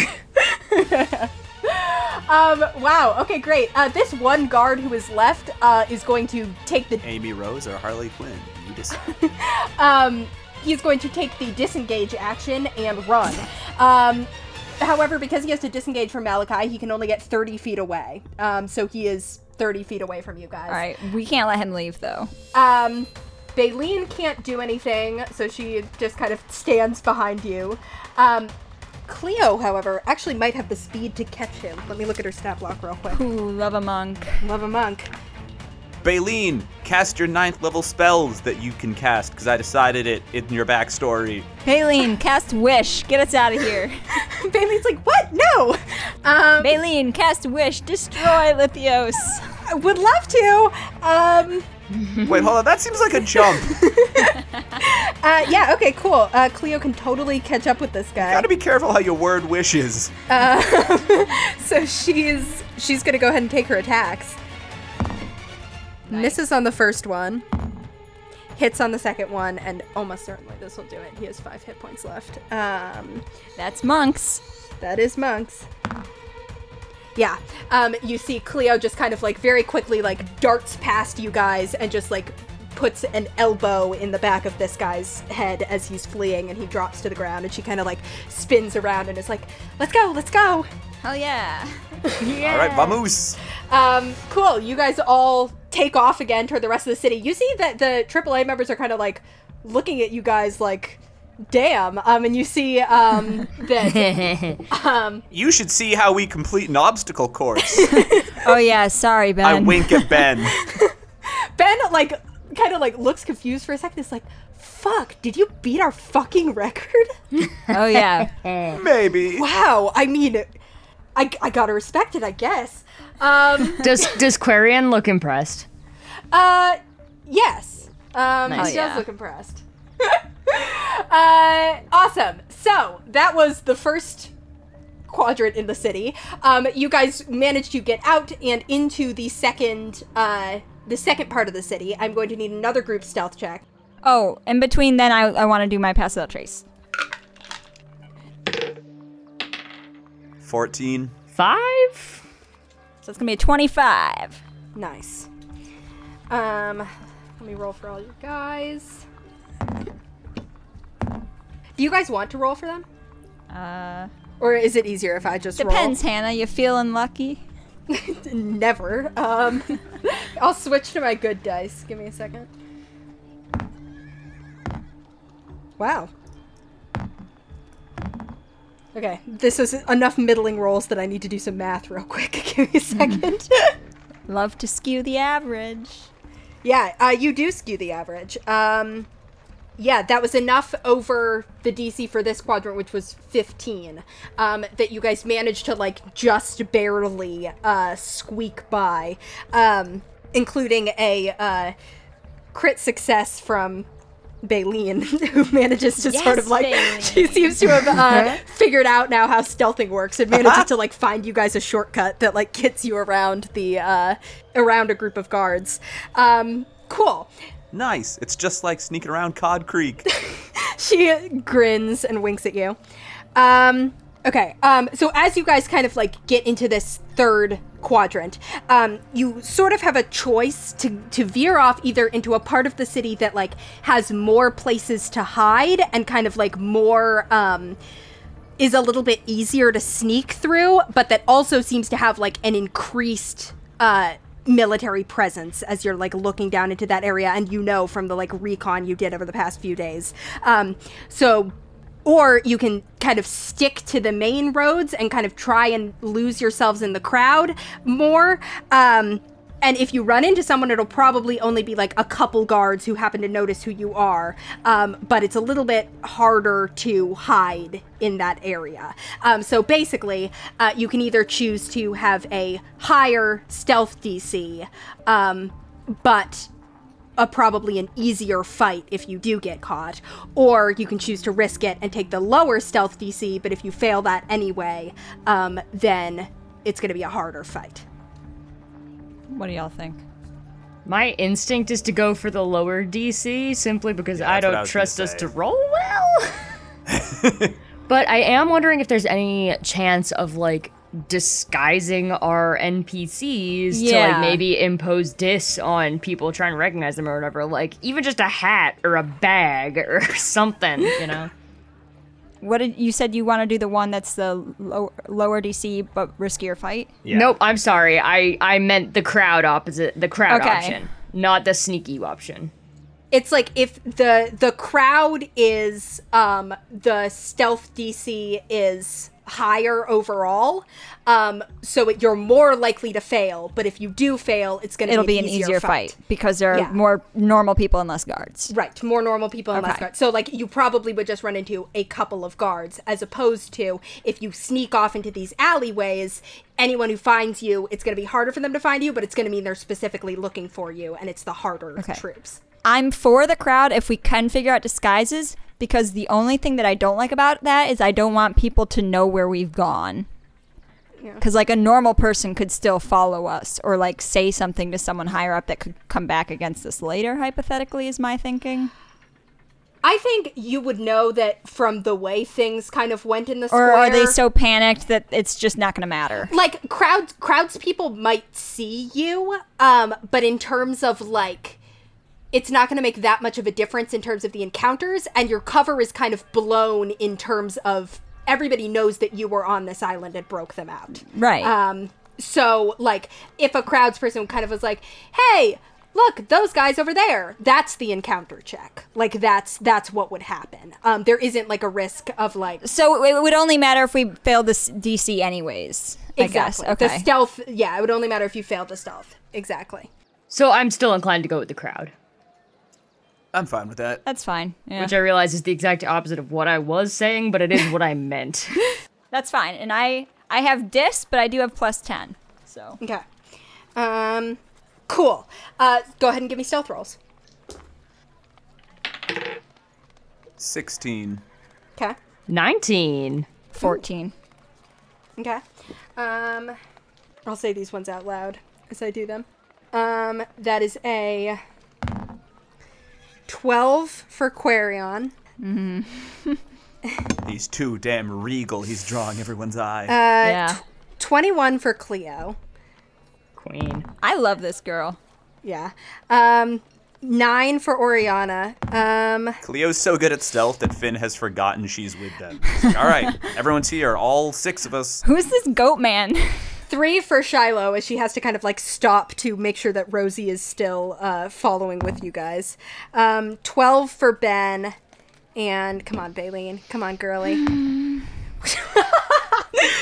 Speaker 1: Um, wow. Okay, great. Uh, this one guard who is left uh, is going to take the
Speaker 2: Amy Rose or Harley Quinn? You decide.
Speaker 1: um, he's going to take the disengage action and run. Um, however, because he has to disengage from Malachi, he can only get 30 feet away. Um, so he is 30 feet away from you guys.
Speaker 4: All right, we can't let him leave though.
Speaker 1: Um, Baleen can't do anything, so she just kind of stands behind you. Um, Cleo, however, actually might have the speed to catch him. Let me look at her stat block real quick.
Speaker 4: Ooh, love a monk.
Speaker 1: Love a monk.
Speaker 2: Baleen, cast your ninth level spells that you can cast because I decided it in your backstory.
Speaker 4: Baleen, cast wish. Get us out of here.
Speaker 1: Baleen's like, what? No! Um,
Speaker 4: Baleen, cast wish. Destroy Lithios.
Speaker 1: I would love to. Um,
Speaker 2: Wait, hold on. That seems like a jump.
Speaker 1: uh, yeah, okay, cool. Uh, Cleo can totally catch up with this guy.
Speaker 2: Gotta be careful how you word wishes.
Speaker 1: So she's she's gonna go ahead and take her attacks. Misses on the first one, hits on the second one, and almost certainly this will do it. He has five hit points left. Um,
Speaker 4: That's monks.
Speaker 1: that is monks. Yeah. Um, you see Cleo just kind of like very quickly like darts past you guys and just like puts an elbow in the back of this guy's head as he's fleeing and he drops to the ground and she kind of like spins around and is like, "Let's go, let's go."
Speaker 4: Hell yeah.
Speaker 2: All right, vamos.
Speaker 1: Um, cool. You guys all take off again toward the rest of the city. You see that the AAA members are kind of like looking at you guys like, damn. Um, and you see um, that
Speaker 2: You should see how we complete an obstacle course.
Speaker 4: Oh yeah, sorry, Ben.
Speaker 2: I wink at Ben.
Speaker 1: Ben like kind of like looks confused for a second. It's like, fuck, did you beat our fucking record?
Speaker 4: Oh yeah.
Speaker 2: Maybe.
Speaker 1: Wow. I mean, I, I gotta respect it, I guess. Um,
Speaker 3: Does does Quarian look impressed?
Speaker 1: uh, yes. Um, she
Speaker 3: Nice.
Speaker 4: Oh, yeah.
Speaker 1: does look impressed. uh, awesome. So that was the first quadrant in the city. Um, you guys managed to get out and into the second, uh, the second part of the city. I'm going to need another group stealth check.
Speaker 4: Oh, in between then I, I want to do my pass without trace.
Speaker 2: 14.
Speaker 3: Five.
Speaker 4: So it's gonna be a twenty-five.
Speaker 1: Nice. Um, let me roll for all you guys. Do you guys want to roll for them,
Speaker 4: Uh,
Speaker 1: or is it easier if I just roll?
Speaker 4: depends, Hannah. You feeling lucky?
Speaker 1: Never. Um, I'll switch to my good dice. Give me a second. Wow. Okay, this is enough middling rolls that I need to do some math real quick. Give me a second.
Speaker 4: Love to skew the average.
Speaker 1: yeah, uh, you do skew the average. Um, yeah, that was enough over the DC for this quadrant, which was 15, um, that you guys managed to, like, just barely uh, squeak by, um, including a uh, crit success from Baleen, who manages to sort
Speaker 4: Yes,
Speaker 1: of, like,
Speaker 4: Baleen.
Speaker 1: she seems to have uh, figured out now how stealthing works and manages to, like, find you guys a shortcut that, like, gets you around the, uh, around a group of guards. Um, cool.
Speaker 2: Nice. It's just like sneaking around Cod Creek.
Speaker 1: she grins and winks at you. Um, okay. Um, so as you guys kind of like get into this third quadrant, um, you sort of have a choice to to veer off either into a part of the city that like has more places to hide and kind of like more um is a little bit easier to sneak through, but that also seems to have like an increased uh military presence as you're like looking down into that area and you know from the like recon you did over the past few days. Um so Or you can kind of stick to the main roads and kind of try and lose yourselves in the crowd more. Um, and if you run into someone, it'll probably only be like a couple guards who happen to notice who you are. Um, but it's a little bit harder to hide in that area. Um, so basically, uh, you can either choose to have a higher stealth DC, um, but a probably an easier fight if you do get caught, or you can choose to risk it and take the lower stealth DC. But if you fail that anyway, um, then it's going to be a harder fight.
Speaker 4: What do y'all think?
Speaker 3: My instinct is to go for the lower DC simply because I
Speaker 2: that's what
Speaker 3: don't
Speaker 2: I was gonna
Speaker 3: trust us
Speaker 2: say.
Speaker 3: to roll well. but I am wondering if there's any chance of like disguising our NPCs to
Speaker 4: Yeah.
Speaker 3: like maybe impose dis on people trying to recognize them or whatever. Like even just a hat or a bag or something, you know?
Speaker 4: What did you said you want to do the one that's the low, lower DC but riskier fight?
Speaker 2: Yeah.
Speaker 3: Nope, I'm sorry. I I meant the crowd opposite the crowd
Speaker 4: Okay.
Speaker 3: option, not the sneaky option.
Speaker 1: it's like if the the crowd is um the stealth dc is higher overall um so it, you're more likely to fail but if you do fail it's going to
Speaker 4: It'll be
Speaker 1: be
Speaker 4: an easier fight, because there are
Speaker 1: Yeah.
Speaker 4: more normal people and less guards.
Speaker 1: Right, more normal people and less
Speaker 4: Okay.
Speaker 1: guards. So, like, you probably would just run into a couple of guards, as opposed to if you sneak off into these alleyways, anyone who finds you, it's going to be harder for them to find you, but it's going to mean they're specifically looking for you, and it's the harder
Speaker 4: Okay.
Speaker 1: troops.
Speaker 4: I'm for the crowd if we can figure out disguises because the only thing that I don't like about that is I don't want people to know where we've gone. Because like a normal person could still follow us or like say something to someone higher up that could come back against us later. Hypothetically, is my thinking.
Speaker 1: I think you would know that from the way things kind of went in the
Speaker 4: Or
Speaker 1: square.
Speaker 4: are they so panicked that it's just not going to matter?
Speaker 1: like crowds? Crowds people might see you, um, but in terms of like, it's not going to make that much of a difference in terms of the encounters, and your cover is kind of blown in terms of everybody knows that you were on this island and broke them out.
Speaker 4: Right.
Speaker 1: Um, so like, if a crowds person kind of was like, "Hey." Look, those guys over there. That's the encounter check. Like that's that's what would happen. Um, there isn't like a risk of like
Speaker 4: so it would only matter if we failed this DC anyways.
Speaker 1: Exactly.
Speaker 4: I guess.
Speaker 1: The
Speaker 4: Okay.
Speaker 1: stealth, yeah, it would only matter if you failed the stealth. Exactly.
Speaker 3: So I'm still inclined to go with the crowd,
Speaker 2: I'm fine with that.
Speaker 4: That's fine. Yeah.
Speaker 3: which I realize is the exact opposite of what I was saying, but it is what I meant.
Speaker 4: That's fine. And I I have dis, but I do have plus 10. So.
Speaker 1: Okay. Um, cool. Uh, go ahead and give me stealth rolls.
Speaker 2: 16.
Speaker 1: Okay.
Speaker 3: 19.
Speaker 4: 14.
Speaker 1: Okay. Um, I'll say these ones out loud as I do them. Um, that is a 12 for Quarion.
Speaker 2: He's too damn regal. He's drawing everyone's eye.
Speaker 4: yeah.
Speaker 1: 21 for Cleo.
Speaker 3: Queen.
Speaker 4: I love this girl.
Speaker 1: Yeah. Um, 9 for Oriana. Um,
Speaker 2: Cleo's so good at stealth that Finn has forgotten she's with them. He's like, all right, everyone's here. All six of us.
Speaker 4: Who's this goat man?
Speaker 1: three for Shiloh as she has to kind of like stop to make sure that Rosie is still uh, following with you guys. Um, 12 for Ben. And come on, Baleen. Come on, girly.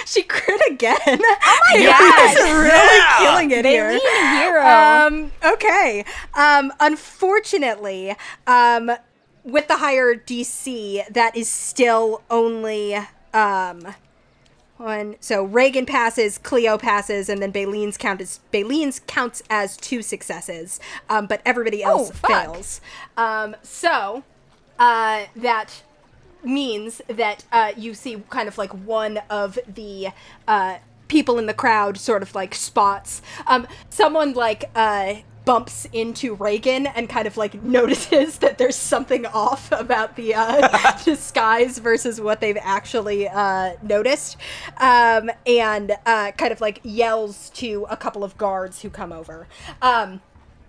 Speaker 1: she crit again. Oh my god! really killing it here.
Speaker 4: Hero.
Speaker 1: Um, okay. Um, unfortunately, um, with the higher DC, that is still only um, one. So Reagan passes, Cleo passes, and then Baleen's count as Baleen's counts as two successes, um, but everybody else
Speaker 4: fuck.
Speaker 1: fails. Um, so uh, that means that uh, you see kind of like one of the uh, people in the crowd sort of like spots um, someone like uh, bumps into Reagan and kind of like notices that there's something off about the uh, disguise versus what they've actually uh, noticed um, and uh, kind of like yells to a couple of guards who come over. Um,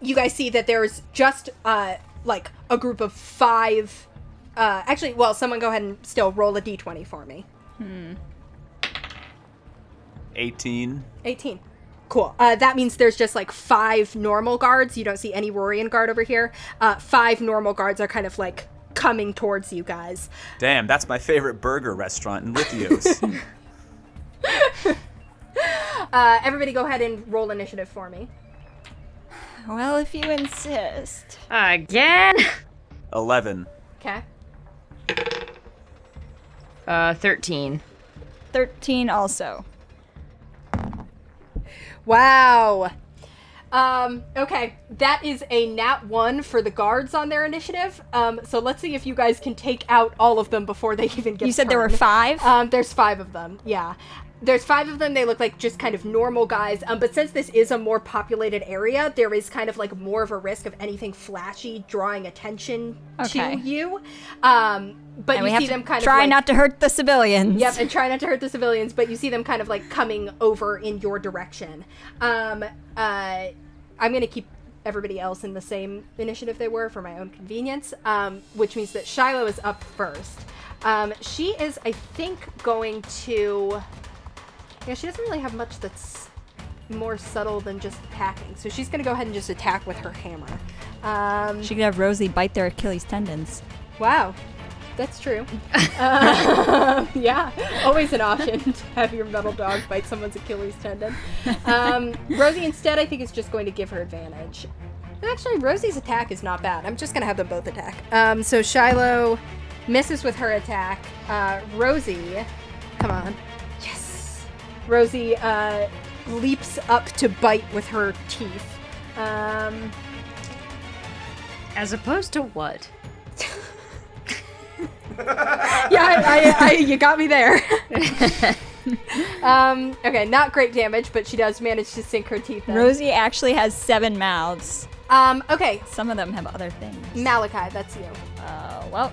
Speaker 1: you guys see that there's just uh, like a group of five uh, actually, well, someone go ahead and still roll a d20 for me.
Speaker 2: 18.
Speaker 1: 18. Cool. Uh, that means there's just like five normal guards. You don't see any Rorian guard over here. Uh, five normal guards are kind of like coming towards you guys.
Speaker 2: Damn, that's my favorite burger restaurant in Lithios.
Speaker 1: Uh, everybody go ahead and roll initiative for me.
Speaker 4: Well, if you insist.
Speaker 3: Again.
Speaker 2: Eleven.
Speaker 1: Okay.
Speaker 3: Uh, thirteen.
Speaker 4: 13 also.
Speaker 1: Wow. Um, okay, that is a nat one for the guards on their initiative. Um, so let's see if you guys can take out all of them before they even get.
Speaker 4: You said there were
Speaker 1: turned.
Speaker 4: five?
Speaker 1: Um, there's five of them. Yeah, there's five of them. They look like just kind of normal guys. Um, but since this is a more populated area, there is kind of like more of a risk of anything flashy drawing attention
Speaker 4: Okay.
Speaker 1: to you. Um, but
Speaker 4: and
Speaker 1: you
Speaker 4: we have
Speaker 1: see
Speaker 4: to
Speaker 1: them kind
Speaker 4: try
Speaker 1: of like,
Speaker 4: not to hurt the civilians.
Speaker 1: Yep, and try not to hurt the civilians, but you see them kind of like coming over in your direction. Um, uh, I'm gonna keep everybody else in the same initiative they were for my own convenience, um, which means that Shiloh is up first. Um, she is, I think, going to. Yeah, she doesn't really have much that's more subtle than just attacking, so she's gonna go ahead and just attack with her hammer. Um,
Speaker 4: She could have Rosie bite their Achilles tendons.
Speaker 1: Wow. That's true. Um, yeah, always an option to have your metal dog bite someone's Achilles tendon. Um, Rosie instead, I think, is just going to give her advantage. And Actually, Rosie's attack is not bad. I'm just going to have them both attack. Um, so Shiloh misses with her attack. Uh, Rosie, come on. Yes. Rosie uh, leaps up to bite with her teeth. Um,
Speaker 3: As opposed to what?
Speaker 1: yeah, I, I, I, you got me there. um, okay, not great damage, but she does manage to sink her teeth in.
Speaker 4: Rosie actually has seven mouths.
Speaker 1: Um, okay,
Speaker 4: Some of them have other things.
Speaker 1: Malachi, that's you.
Speaker 4: Uh, well,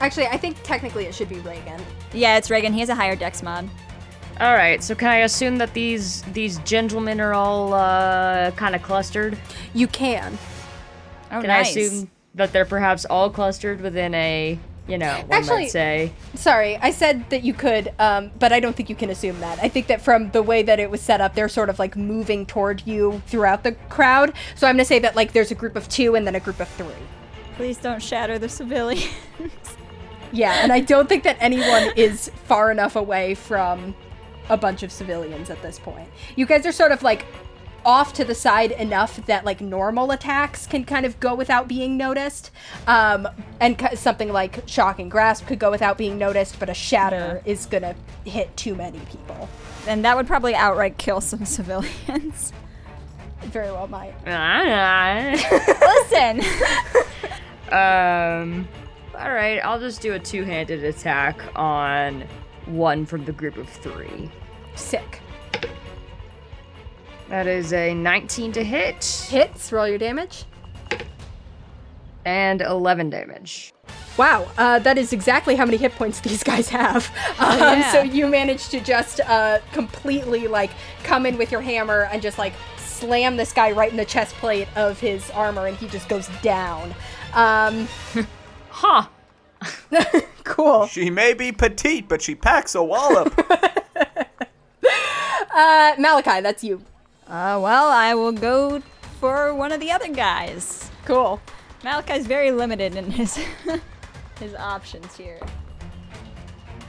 Speaker 1: Actually, I think technically it should be Reagan.
Speaker 4: yeah, it's Reagan. He has a higher dex mod.
Speaker 3: All right. So can I assume that these these gentlemen are all uh, kind of clustered?
Speaker 1: You can.
Speaker 4: Oh,
Speaker 3: Can
Speaker 4: nice.
Speaker 3: I assume that they're perhaps all clustered within a you know one
Speaker 1: Actually-
Speaker 3: might say
Speaker 1: Sorry, I said that you could, um, but I don't think you can assume that. I think that from the way that it was set up, they're sort of like moving toward you throughout the crowd. So I'm gonna say that like there's a group of two and then a group of three.
Speaker 4: Please don't shatter the civilians.
Speaker 1: Yeah, and I don't think that anyone is far enough away from a bunch of civilians at this point. You guys are sort of like off to the side enough that like normal attacks can kind of go without being noticed. Um, and ca- something like shock and grasp could go without being noticed, but a shatter is gonna hit too many people.
Speaker 4: and that would probably outright kill some civilians.
Speaker 1: It very well might.
Speaker 4: Listen!
Speaker 3: um all right i'll just do a two-handed attack on one from the group of three
Speaker 1: Sick.
Speaker 3: that is a 19 to hit
Speaker 1: Hits, roll your damage.
Speaker 3: and 11 damage
Speaker 1: Wow, uh, that is exactly how many hit points these guys have. Um,
Speaker 4: yeah.
Speaker 1: So you managed to just uh, completely like come in with your hammer and just like slam this guy right in the chest plate of his armor, and he just goes down. Um,
Speaker 3: huh
Speaker 1: cool.
Speaker 2: she may be petite, but she packs a wallop.
Speaker 1: Uh, Malachi, that's you.
Speaker 4: Uh, well, I will go for one of the other guys.
Speaker 1: Cool.
Speaker 4: Malachi's very limited in his his options here.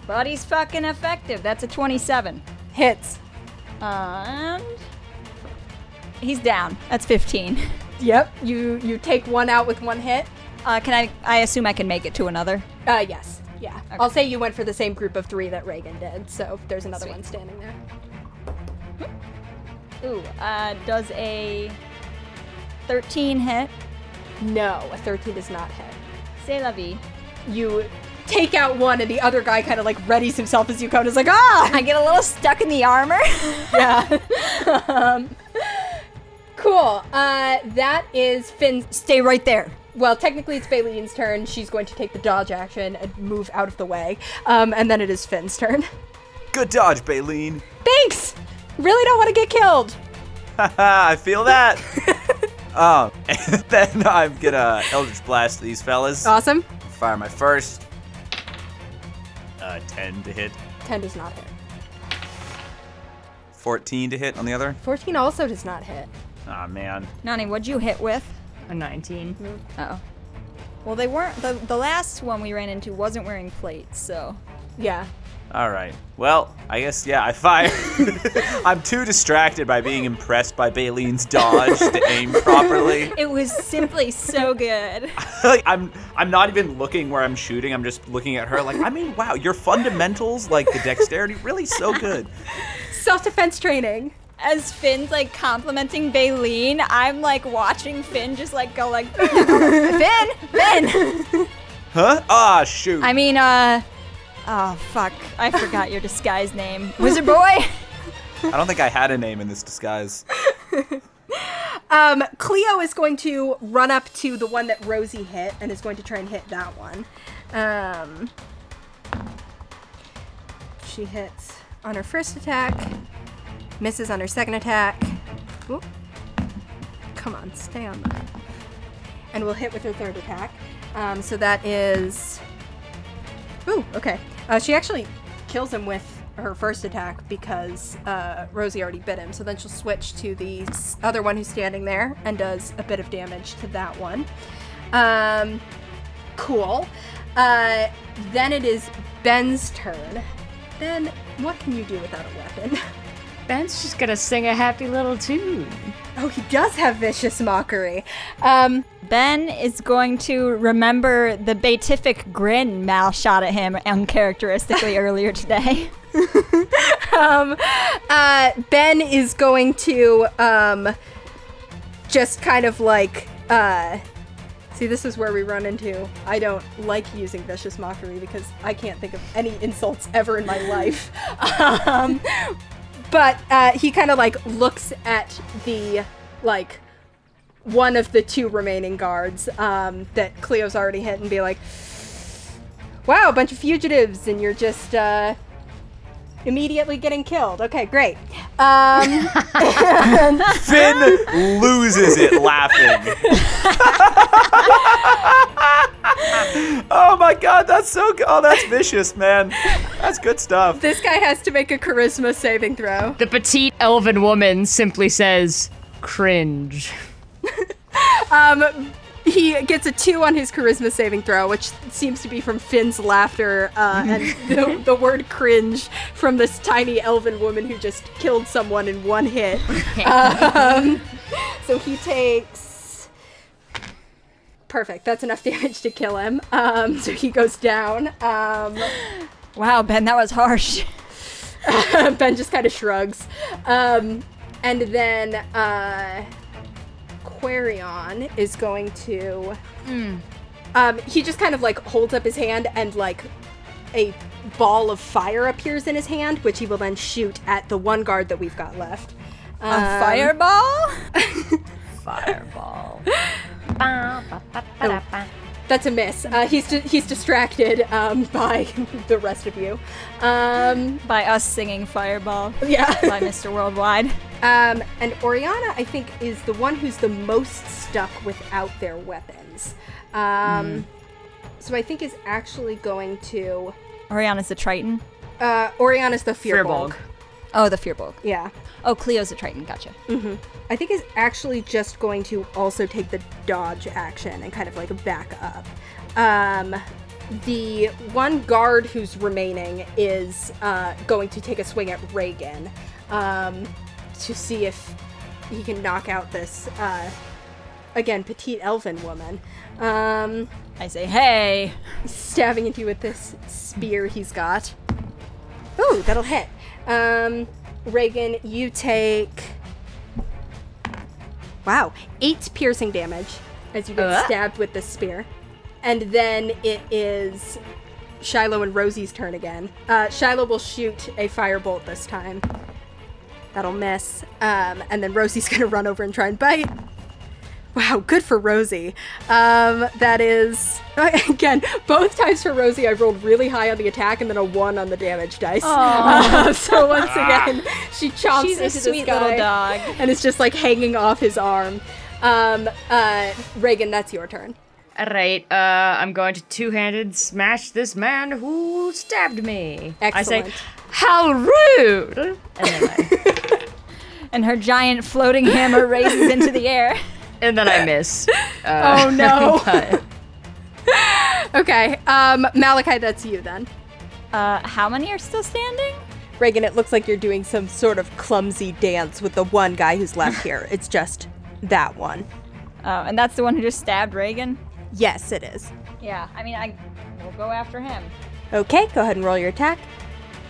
Speaker 4: But he's fucking effective. That's a 27.
Speaker 1: Hits.
Speaker 4: And he's down. That's 15.
Speaker 1: Yep. You you take one out with one hit.
Speaker 4: Uh, can I? I assume I can make it to another.
Speaker 1: Uh, yes. Yeah. I'll say you went for the same group of three that Reagan did. So there's another one standing there.
Speaker 4: Ooh, uh, does a 13 hit?
Speaker 1: No, a thirteen does not hit.
Speaker 4: C'est la vie.
Speaker 1: you take out one and the other guy kind of like readies himself as you come and is like ah
Speaker 4: I get a little stuck in the armor.
Speaker 1: yeah um, cool uh that is finn's
Speaker 4: Stay right there.
Speaker 1: well technically it's baileen's turn she's going to take the dodge action and move out of the way um and then it is finn's turn
Speaker 2: Good dodge, Baleen.
Speaker 1: thanks really don't want to get killed
Speaker 2: I feel that. um, and then I'm gonna Eldritch Blast these fellas.
Speaker 1: awesome
Speaker 2: Fire my first. Uh, 10 to hit,
Speaker 1: 10 does not hit
Speaker 2: 14 to hit on the other.
Speaker 1: 14 also does not hit
Speaker 2: Ah, man.
Speaker 4: Nani, what'd you hit with?
Speaker 3: a 19
Speaker 4: Oh, Well, they weren't. The, the last one we ran into wasn't wearing plates, so.
Speaker 1: Yeah.
Speaker 2: All right. Well, I guess yeah. I fire. I'm too distracted by being impressed by Baleen's dodge to aim properly.
Speaker 4: It was simply so good.
Speaker 2: like I'm I'm not even looking where I'm shooting. I'm just looking at her like, I mean, wow, your fundamentals like the dexterity really so good.
Speaker 1: Self defense training.
Speaker 4: As Finn's like complimenting Baleen, I'm like watching Finn just like go like, Finn, Finn.
Speaker 2: Huh? Ah, shoot.
Speaker 4: I mean, uh, oh fuck, I forgot your disguise name, Wizard Boy.
Speaker 2: I don't think I had a name in this disguise.
Speaker 1: Um, Cleo is going to run up to the one that Rosie hit and is going to try and hit that one. Um, she hits on her first attack, misses on her second attack. Oop. Come on, stay on that. And we'll hit with her third attack. Um, so that is. Ooh, okay. Uh, she actually kills him with her first attack because uh, Rosie already bit him. So then she'll switch to the s- other one who's standing there and does a bit of damage to that one. Um, cool. Uh, then it is Ben's turn. Ben, what can you do without a weapon?
Speaker 5: Ben's just gonna sing a happy little tune.
Speaker 1: Oh, he does have vicious mockery. Um,
Speaker 4: Ben is going to remember the beatific grin Mal shot at him uncharacteristically earlier today.
Speaker 1: um, uh, ben is going to um, just kind of like uh, see this is where we run into i don't like using vicious mockery because i can't think of any insults ever in my life um, but uh, he kind of like looks at the like one of the two remaining guards um, that cleo's already hit and be like wow a bunch of fugitives and you're just uh, immediately getting killed. Okay, great. Um,
Speaker 2: Finn loses it laughing. oh my god, that's so good. Oh, that's vicious, man. That's good stuff.
Speaker 1: this guy has to make a charisma saving throw.
Speaker 3: The petite elven woman simply says, cringe.
Speaker 1: Um, he gets a two on his charisma saving throw, which seems to be from Finn's laughter uh, and the, the word cringe from this tiny elven woman who just killed someone in one hit. um, so he takes. Perfect. That's enough damage to kill him. Um, so he goes down. Um,
Speaker 4: Wow, Ben, that was harsh.
Speaker 1: ben just kind of shrugs. Um, and then uh, Quarion is going to. Um, he just kind of like holds up his hand and like a ball of fire appears in his hand, which he will then shoot at the one guard that we've got left.
Speaker 4: A
Speaker 1: Um,
Speaker 4: fireball?
Speaker 5: Fireball.
Speaker 1: That's a miss. Uh, he's di- he's distracted um, by the rest of you. Um,
Speaker 4: By us singing Fireball
Speaker 1: yeah.
Speaker 4: by Mr. Worldwide.
Speaker 1: Um, and Oriana, I think, is the one who's the most stuck without their weapons. Um, So I think is actually going to
Speaker 4: Oriana's a Triton.
Speaker 1: uh, Oriana's the Fearbolg.
Speaker 3: Firbolg.
Speaker 4: Oh, the Fearbolg.
Speaker 1: Yeah,
Speaker 4: Oh, Cleo's a Triton. Gotcha.
Speaker 1: I think is actually just going to also take the dodge action and kind of like back up. Um, the one guard who's remaining is uh, going to take a swing at Reagan um, to see if he can knock out this uh, again petite elven woman. Um,
Speaker 4: I say, hey.
Speaker 1: stabbing at you with this spear he's got. Ooh, that'll hit. Um, Reagan, you take. Wow, eight piercing damage as you get
Speaker 3: Ugh.
Speaker 1: stabbed with this spear. And then it is Shiloh and Rosie's turn again. Uh, Shiloh will shoot a firebolt this time. That'll miss. Um, and then Rosie's gonna run over and try and bite. Wow, good for Rosie. Um, that is again both times for Rosie. I rolled really high on the attack and then a one on the damage dice. Uh, so once again, she chomps
Speaker 4: She's a
Speaker 1: into this
Speaker 4: sweet little
Speaker 1: guy
Speaker 4: dog.
Speaker 1: and is just like hanging off his arm. Um, uh, Reagan, that's your turn.
Speaker 3: All right, uh, I'm going to two-handed smash this man who stabbed me. I
Speaker 1: Excellent.
Speaker 3: say, how rude! And then I,
Speaker 4: And her giant floating hammer raises into the air.
Speaker 3: Uh, and then I miss.
Speaker 1: Oh no! Okay, um, Malachi, that's you then.
Speaker 4: Uh, how many are still standing?
Speaker 1: Reagan, it looks like you're doing some sort of clumsy dance with the one guy who's left here. It's just that one.
Speaker 4: Uh, and that's the one who just stabbed Reagan.
Speaker 1: Yes, it is.
Speaker 4: Yeah, I mean, I will go after him.
Speaker 1: Okay, go ahead and roll your attack.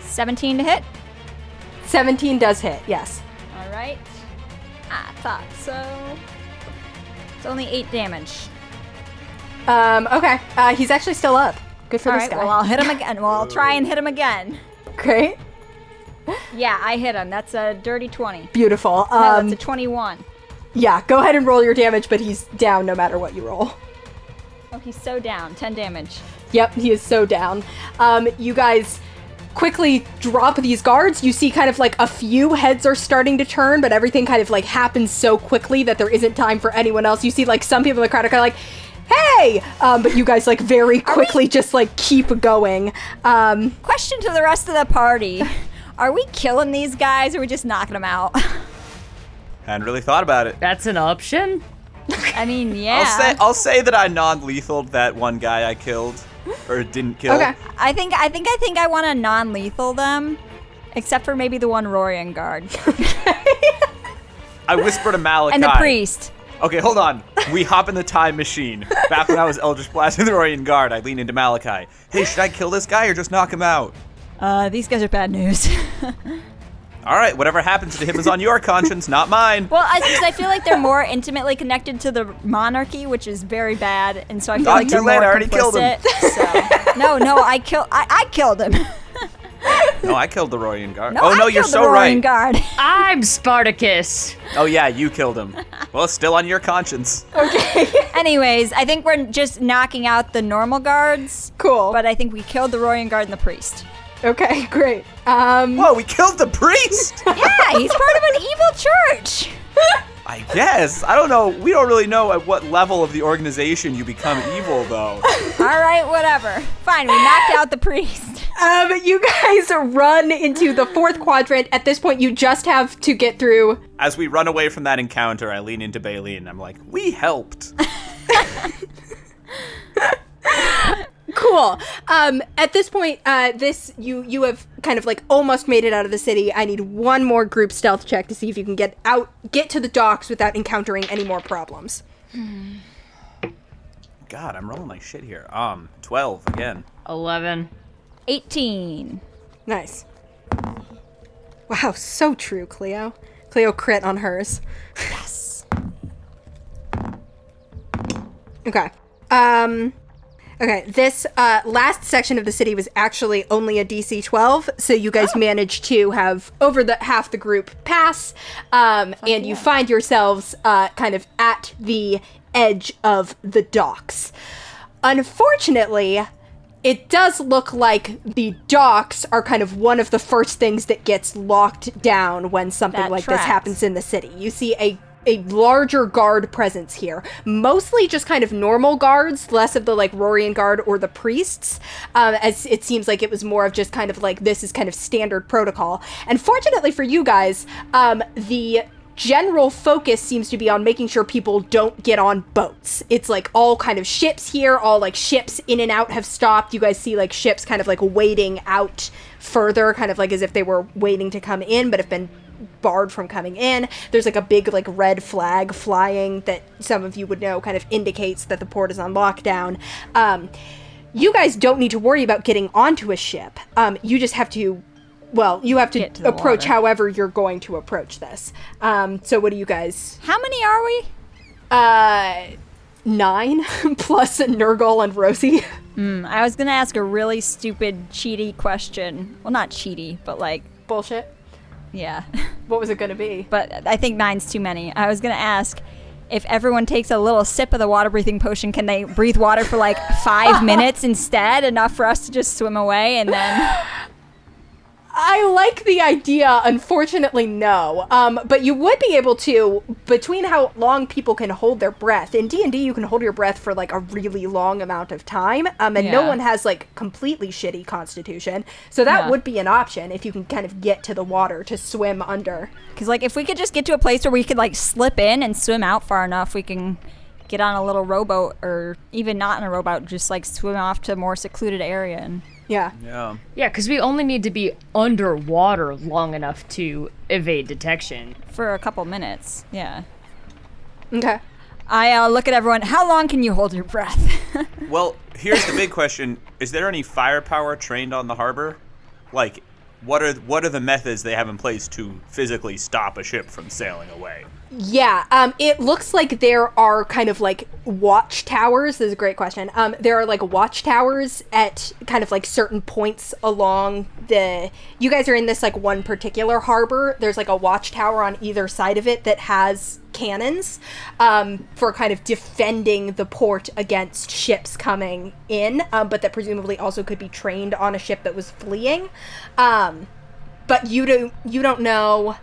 Speaker 4: 17 to hit.
Speaker 1: 17 does hit, yes.
Speaker 4: All right. I thought so. It's only eight damage.
Speaker 1: Um, okay, uh, he's actually still up. Good for
Speaker 4: All
Speaker 1: this
Speaker 4: right.
Speaker 1: guy.
Speaker 4: Well, I'll hit him again. Well, I'll try and hit him again.
Speaker 1: Great.
Speaker 4: Yeah, I hit him. That's a dirty 20.
Speaker 1: Beautiful.
Speaker 4: No,
Speaker 1: Um,
Speaker 4: that's a 21.
Speaker 1: yeah, go ahead and roll your damage, but he's down no matter what you roll.
Speaker 4: Oh, he's so down. 10 damage.
Speaker 1: Yep, he is so down. Um, you guys quickly drop these guards. You see kind of like a few heads are starting to turn, but everything kind of like happens so quickly that there isn't time for anyone else. You see like some people in the crowd are kind of like, hey! Um, but you guys like very quickly just like keep going. Um,
Speaker 4: Question to the rest of the party Are we killing these guys or are we just knocking them out?
Speaker 2: Hadn't really thought about it.
Speaker 5: That's an option.
Speaker 4: I mean, yeah.
Speaker 2: I'll say I'll say that I non-lethal that one guy I killed or didn't kill.
Speaker 1: okay.
Speaker 4: I think I think I think I want to non-lethal them, except for maybe the one Rorian guard
Speaker 2: I whisper to Malachi.
Speaker 4: and the priest.
Speaker 2: Okay, hold on. We hop in the time machine. Back when I was Eldritch Blasting the Royan Guard, I lean into Malachi. Hey, should I kill this guy or just knock him out?
Speaker 4: Uh, these guys are bad news.
Speaker 2: All right, whatever happens to him is on your conscience, not mine.
Speaker 4: well, I, 'cause I feel like they're more intimately connected to the monarchy, which is very bad, and so I feel
Speaker 2: Not Oh,
Speaker 4: like
Speaker 2: too
Speaker 4: they're
Speaker 2: late,
Speaker 4: more
Speaker 2: I already killed him.
Speaker 4: complicit, so- No, no, I killed. I, I killed him.
Speaker 2: No, I killed the Royan Guard.
Speaker 4: No,
Speaker 2: oh no,
Speaker 4: I
Speaker 2: you're
Speaker 4: killed the
Speaker 2: so
Speaker 4: Rorian
Speaker 2: right.
Speaker 4: guard.
Speaker 5: I'm Spartacus.
Speaker 2: Oh yeah, you killed him. Well, it's still on your conscience.
Speaker 4: Anyways, I think we're just knocking out the normal guards,
Speaker 1: Cool.
Speaker 4: but I think we killed the Rorian guard and the priest.
Speaker 1: okay, great. Um,
Speaker 2: Whoa, Oh, we killed the priest.
Speaker 4: Yeah, he's part of an evil church.
Speaker 2: I guess. I don't know. We don't really know at what level of the organization you become evil, though.
Speaker 4: All right, whatever. Fine, we knocked out the priest.
Speaker 1: Um, you guys run into the fourth quadrant. At this point, you just have to get through.
Speaker 2: As we run away from that encounter, I lean into Bailey and I'm like, "We helped."
Speaker 1: Cool. Um, at this point, uh, this you you have kind of like almost made it out of the city. I need one more group stealth check to see if you can get out, get to the docks without encountering any more problems.
Speaker 2: God, I'm rolling my shit here. Um, 12 again.
Speaker 5: 11.
Speaker 4: 18.
Speaker 1: Nice. Wow, so true, Cleo. Cleo crit on hers. Yes. okay. Um okay, this uh last section of the city was actually only a DC 12, so you
Speaker 4: Oh.
Speaker 1: guys managed to have over the half the group pass um and you find yourselves uh kind of at the edge of the docks. Unfortunately, it does look like the docks are kind of one of the first things that gets locked down when something
Speaker 4: That
Speaker 1: like
Speaker 4: tracks.
Speaker 1: this happens in the city. You see a a larger guard presence here, mostly just kind of normal guards, less of the like Rorian guard or the priests, um, as it seems like it was more of just kind of like this is kind of standard protocol. And fortunately for you guys, um, the general focus seems to be on making sure people don't get on boats. It's like all kind of ships here, all like ships in and out have stopped. You guys see like ships kind of like waiting out further, kind of like as if they were waiting to come in but have been barred from coming in. There's like a big like red flag flying that some of you would know kind of indicates that the port is on lockdown. Um you guys don't need to worry about getting onto a ship. Um you just have to well, you have to,
Speaker 4: Get to the
Speaker 1: approach
Speaker 4: water.
Speaker 1: how however you're going to approach this. Um, so what do you guys?
Speaker 4: How many are we?
Speaker 1: Uh, nine plus Nurgle and Rosie.
Speaker 4: Hmm, I was gonna ask a really stupid, cheaty question. Well, not cheaty, but like,
Speaker 1: Bullshit.
Speaker 4: yeah.
Speaker 1: What was it gonna be?
Speaker 4: But I think nine's too many. I was gonna ask if everyone takes a little sip of the water breathing potion, can they breathe water for like five minutes instead, enough for us to just swim away and then.
Speaker 1: I like the idea. Unfortunately, no. Um, but you would be able to between how long people can hold their breath. In D and D, you can hold your breath for like a really long amount of time, um, and no
Speaker 5: Yeah.
Speaker 1: one has like completely shitty constitution. So that
Speaker 4: Yeah.
Speaker 1: would be an option if you can kind of get to the water to swim under.
Speaker 4: Because like, if we could just get to a place where we could like slip in and swim out far enough, we can get on a little rowboat or even not in a rowboat, just like swim off to a more secluded area and
Speaker 1: Yeah.
Speaker 2: Yeah.
Speaker 5: Yeah, because we only need to be underwater long enough to evade detection.
Speaker 4: for a couple minutes. Yeah.
Speaker 1: Okay.
Speaker 4: I uh, look at everyone. How long can you hold your breath?
Speaker 2: Well, here's the big question: Is there any firepower trained on the harbor? Like, what are what are the methods they have in place to physically stop a ship from sailing away?
Speaker 1: Yeah, um, it looks like there are kind of like watchtowers. This is a great question. Um, there are like watchtowers at kind of like certain points along the. You guys are in this like one particular harbor. There's like a watchtower on either side of it that has cannons um, for kind of defending the port against ships coming in, um, but that presumably also could be trained on a ship that was fleeing. Um, but you don't you don't know.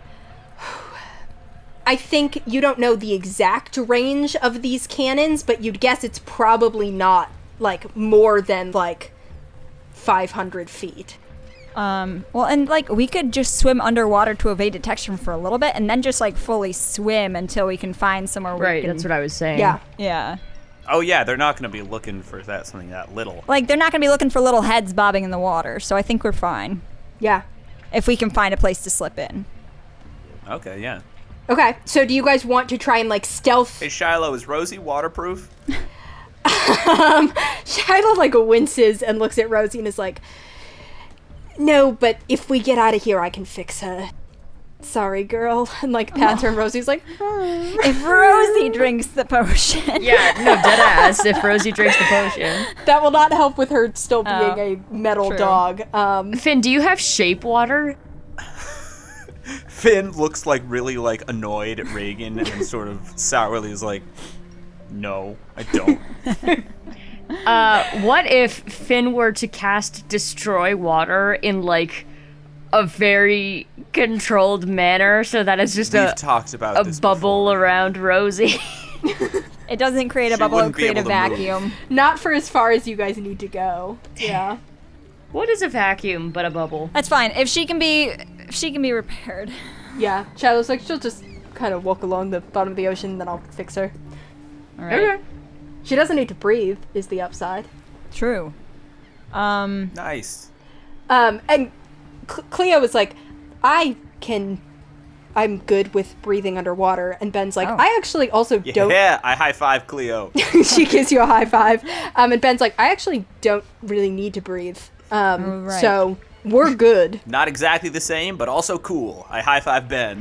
Speaker 1: I think you don't know the exact range of these cannons, but you'd guess it's probably not like more than like 500 feet.
Speaker 4: um, well, and like we could just swim underwater to evade detection for a little bit, and then just like fully swim until we can find somewhere.
Speaker 5: Right,
Speaker 4: we can,
Speaker 5: that's what I was saying.
Speaker 1: Yeah.
Speaker 4: Yeah.
Speaker 2: Oh yeah, they're not going to be looking for that something that little.
Speaker 4: Like they're not gonna be looking for little heads bobbing in the water, so I think we're fine
Speaker 1: Yeah.
Speaker 4: if we can find a place to slip in.
Speaker 2: Okay, yeah.
Speaker 1: Okay. So do you guys want to try and like stealth
Speaker 2: Hey Shiloh, is Rosie waterproof?
Speaker 1: Shiloh like winces and looks at Rosie and is like, "No, but if we get out of here, I can fix her." Sorry, girl. And like pats her, and Rosie's like,
Speaker 4: If Rosie drinks the potion,
Speaker 5: Yeah, no, dead ass. if Rosie drinks the potion.
Speaker 1: "That will not help with her still being a metal
Speaker 4: true.
Speaker 1: dog." Um,
Speaker 5: Finn, do you have shape water?
Speaker 2: Finn looks like really like annoyed at Reagan and sort of sourly is like, "No, I don't."
Speaker 5: What if Finn were to cast Destroy Water in like a very controlled manner so that it's just
Speaker 2: We've
Speaker 5: a,
Speaker 2: talked about
Speaker 5: a
Speaker 2: this
Speaker 5: bubble
Speaker 2: before.
Speaker 5: around Rosie?
Speaker 4: it doesn't create a
Speaker 2: She
Speaker 4: bubble; it
Speaker 2: wouldn't be
Speaker 4: create a
Speaker 2: able to move.
Speaker 4: vacuum.
Speaker 1: not for as far as you guys need to go. Yeah.
Speaker 5: what is a vacuum but a bubble?
Speaker 4: That's fine. If she can be, if she can be repaired.
Speaker 1: Yeah, Shadow's like, she'll just kind of walk along the bottom of the ocean, then I'll fix her.
Speaker 4: All right.
Speaker 1: She doesn't need to breathe, is the upside.
Speaker 4: True. Um.
Speaker 2: Nice.
Speaker 1: Um, and Cl- Cleo was like, I can. I'm good with breathing underwater. And Ben's like,
Speaker 4: Oh.
Speaker 1: I actually also don't.
Speaker 2: Yeah, I high five Cleo.
Speaker 1: she gives you a high five. Um, and Ben's like, I actually don't really need to breathe. Um,
Speaker 4: right.
Speaker 1: so we're good.
Speaker 2: Not exactly the same, but also cool. I high five Ben.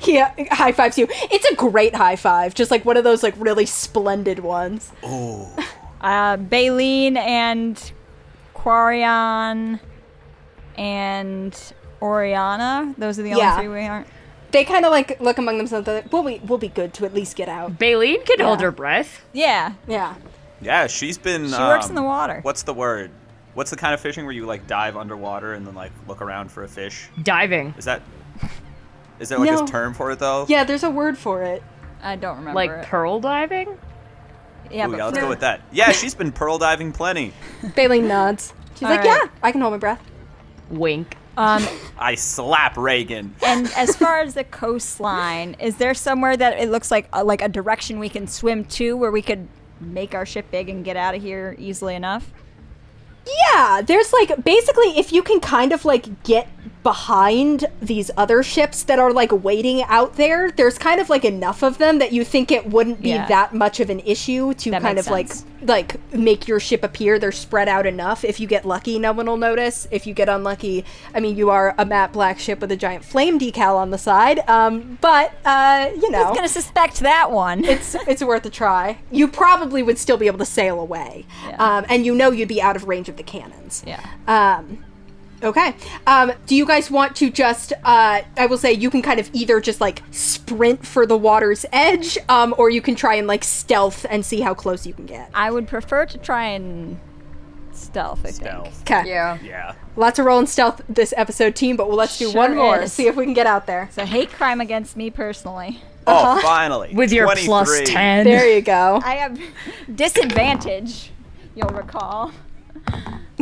Speaker 1: he uh, high fives you. It's a great high five, just like one of those like really splendid ones.
Speaker 4: Uh. Baleen and Quarion and Oriana. Those are the
Speaker 1: Yeah.
Speaker 4: only three we aren't.
Speaker 1: They kind of like look among themselves. They're like, we'll be we'll be good to at least get out.
Speaker 5: Baleen can hold her breath.
Speaker 4: Yeah.
Speaker 1: Yeah.
Speaker 2: yeah, she's been.
Speaker 4: She works
Speaker 2: um,
Speaker 4: in the water.
Speaker 2: What's the word? What's the kind of fishing where you like dive underwater and then like look around for a fish?
Speaker 5: Diving.
Speaker 2: Is that? Is there like
Speaker 1: No.
Speaker 2: a term for it though?
Speaker 1: Yeah, there's a word for it.
Speaker 4: I don't remember.
Speaker 5: Like
Speaker 4: it.
Speaker 5: pearl diving?
Speaker 4: yeah,
Speaker 2: Ooh,
Speaker 4: but
Speaker 2: yeah, let's
Speaker 4: for-
Speaker 2: go with that. Yeah, she's been pearl diving plenty.
Speaker 1: Bailey nods. She's
Speaker 4: All
Speaker 1: like,
Speaker 4: right.
Speaker 1: yeah, I can hold my breath.
Speaker 5: Wink.
Speaker 4: Um,
Speaker 2: I slap Reagan.
Speaker 4: and as far as the coastline, is there somewhere that it looks like uh, like a direction we can swim to where we could make our ship big and get out of here easily enough?
Speaker 1: Yeah, there's like basically if you can kind of like get behind these other ships that are like waiting out there, there's kind of like enough of them that you think it wouldn't be
Speaker 4: Yeah.
Speaker 1: that much of an issue to
Speaker 4: That
Speaker 1: kind of
Speaker 4: makes
Speaker 1: like
Speaker 4: sense.
Speaker 1: like make your ship appear. They're spread out enough. If you get lucky, no one will notice. If you get unlucky, I mean, you are a matte black ship with a giant flame decal on the side. Um, but uh, you know,
Speaker 4: I was gonna suspect that one.
Speaker 1: it's it's worth a try. You probably would still be able to sail away,
Speaker 4: Yeah.
Speaker 1: um, and you know you'd be out of range of the cannons.
Speaker 4: yeah.
Speaker 1: Um, okay. Um, do you guys want to just? Uh, I will say you can kind of either just like sprint for the water's edge, um, or you can try and like stealth and see how close you can get.
Speaker 4: I would prefer to try and stealth. I think.
Speaker 2: Stealth.
Speaker 1: Okay.
Speaker 3: Yeah.
Speaker 2: Yeah.
Speaker 1: Lots of roll and stealth this episode, team. But well, let's do
Speaker 4: Sure
Speaker 1: one more.
Speaker 4: is.
Speaker 1: See if we can get out there.
Speaker 4: It's a hate crime against me personally. Uh-huh.
Speaker 2: Oh, finally.
Speaker 5: With your plus
Speaker 2: 23.
Speaker 5: 10.
Speaker 1: There you go.
Speaker 4: I have disadvantage. You'll recall.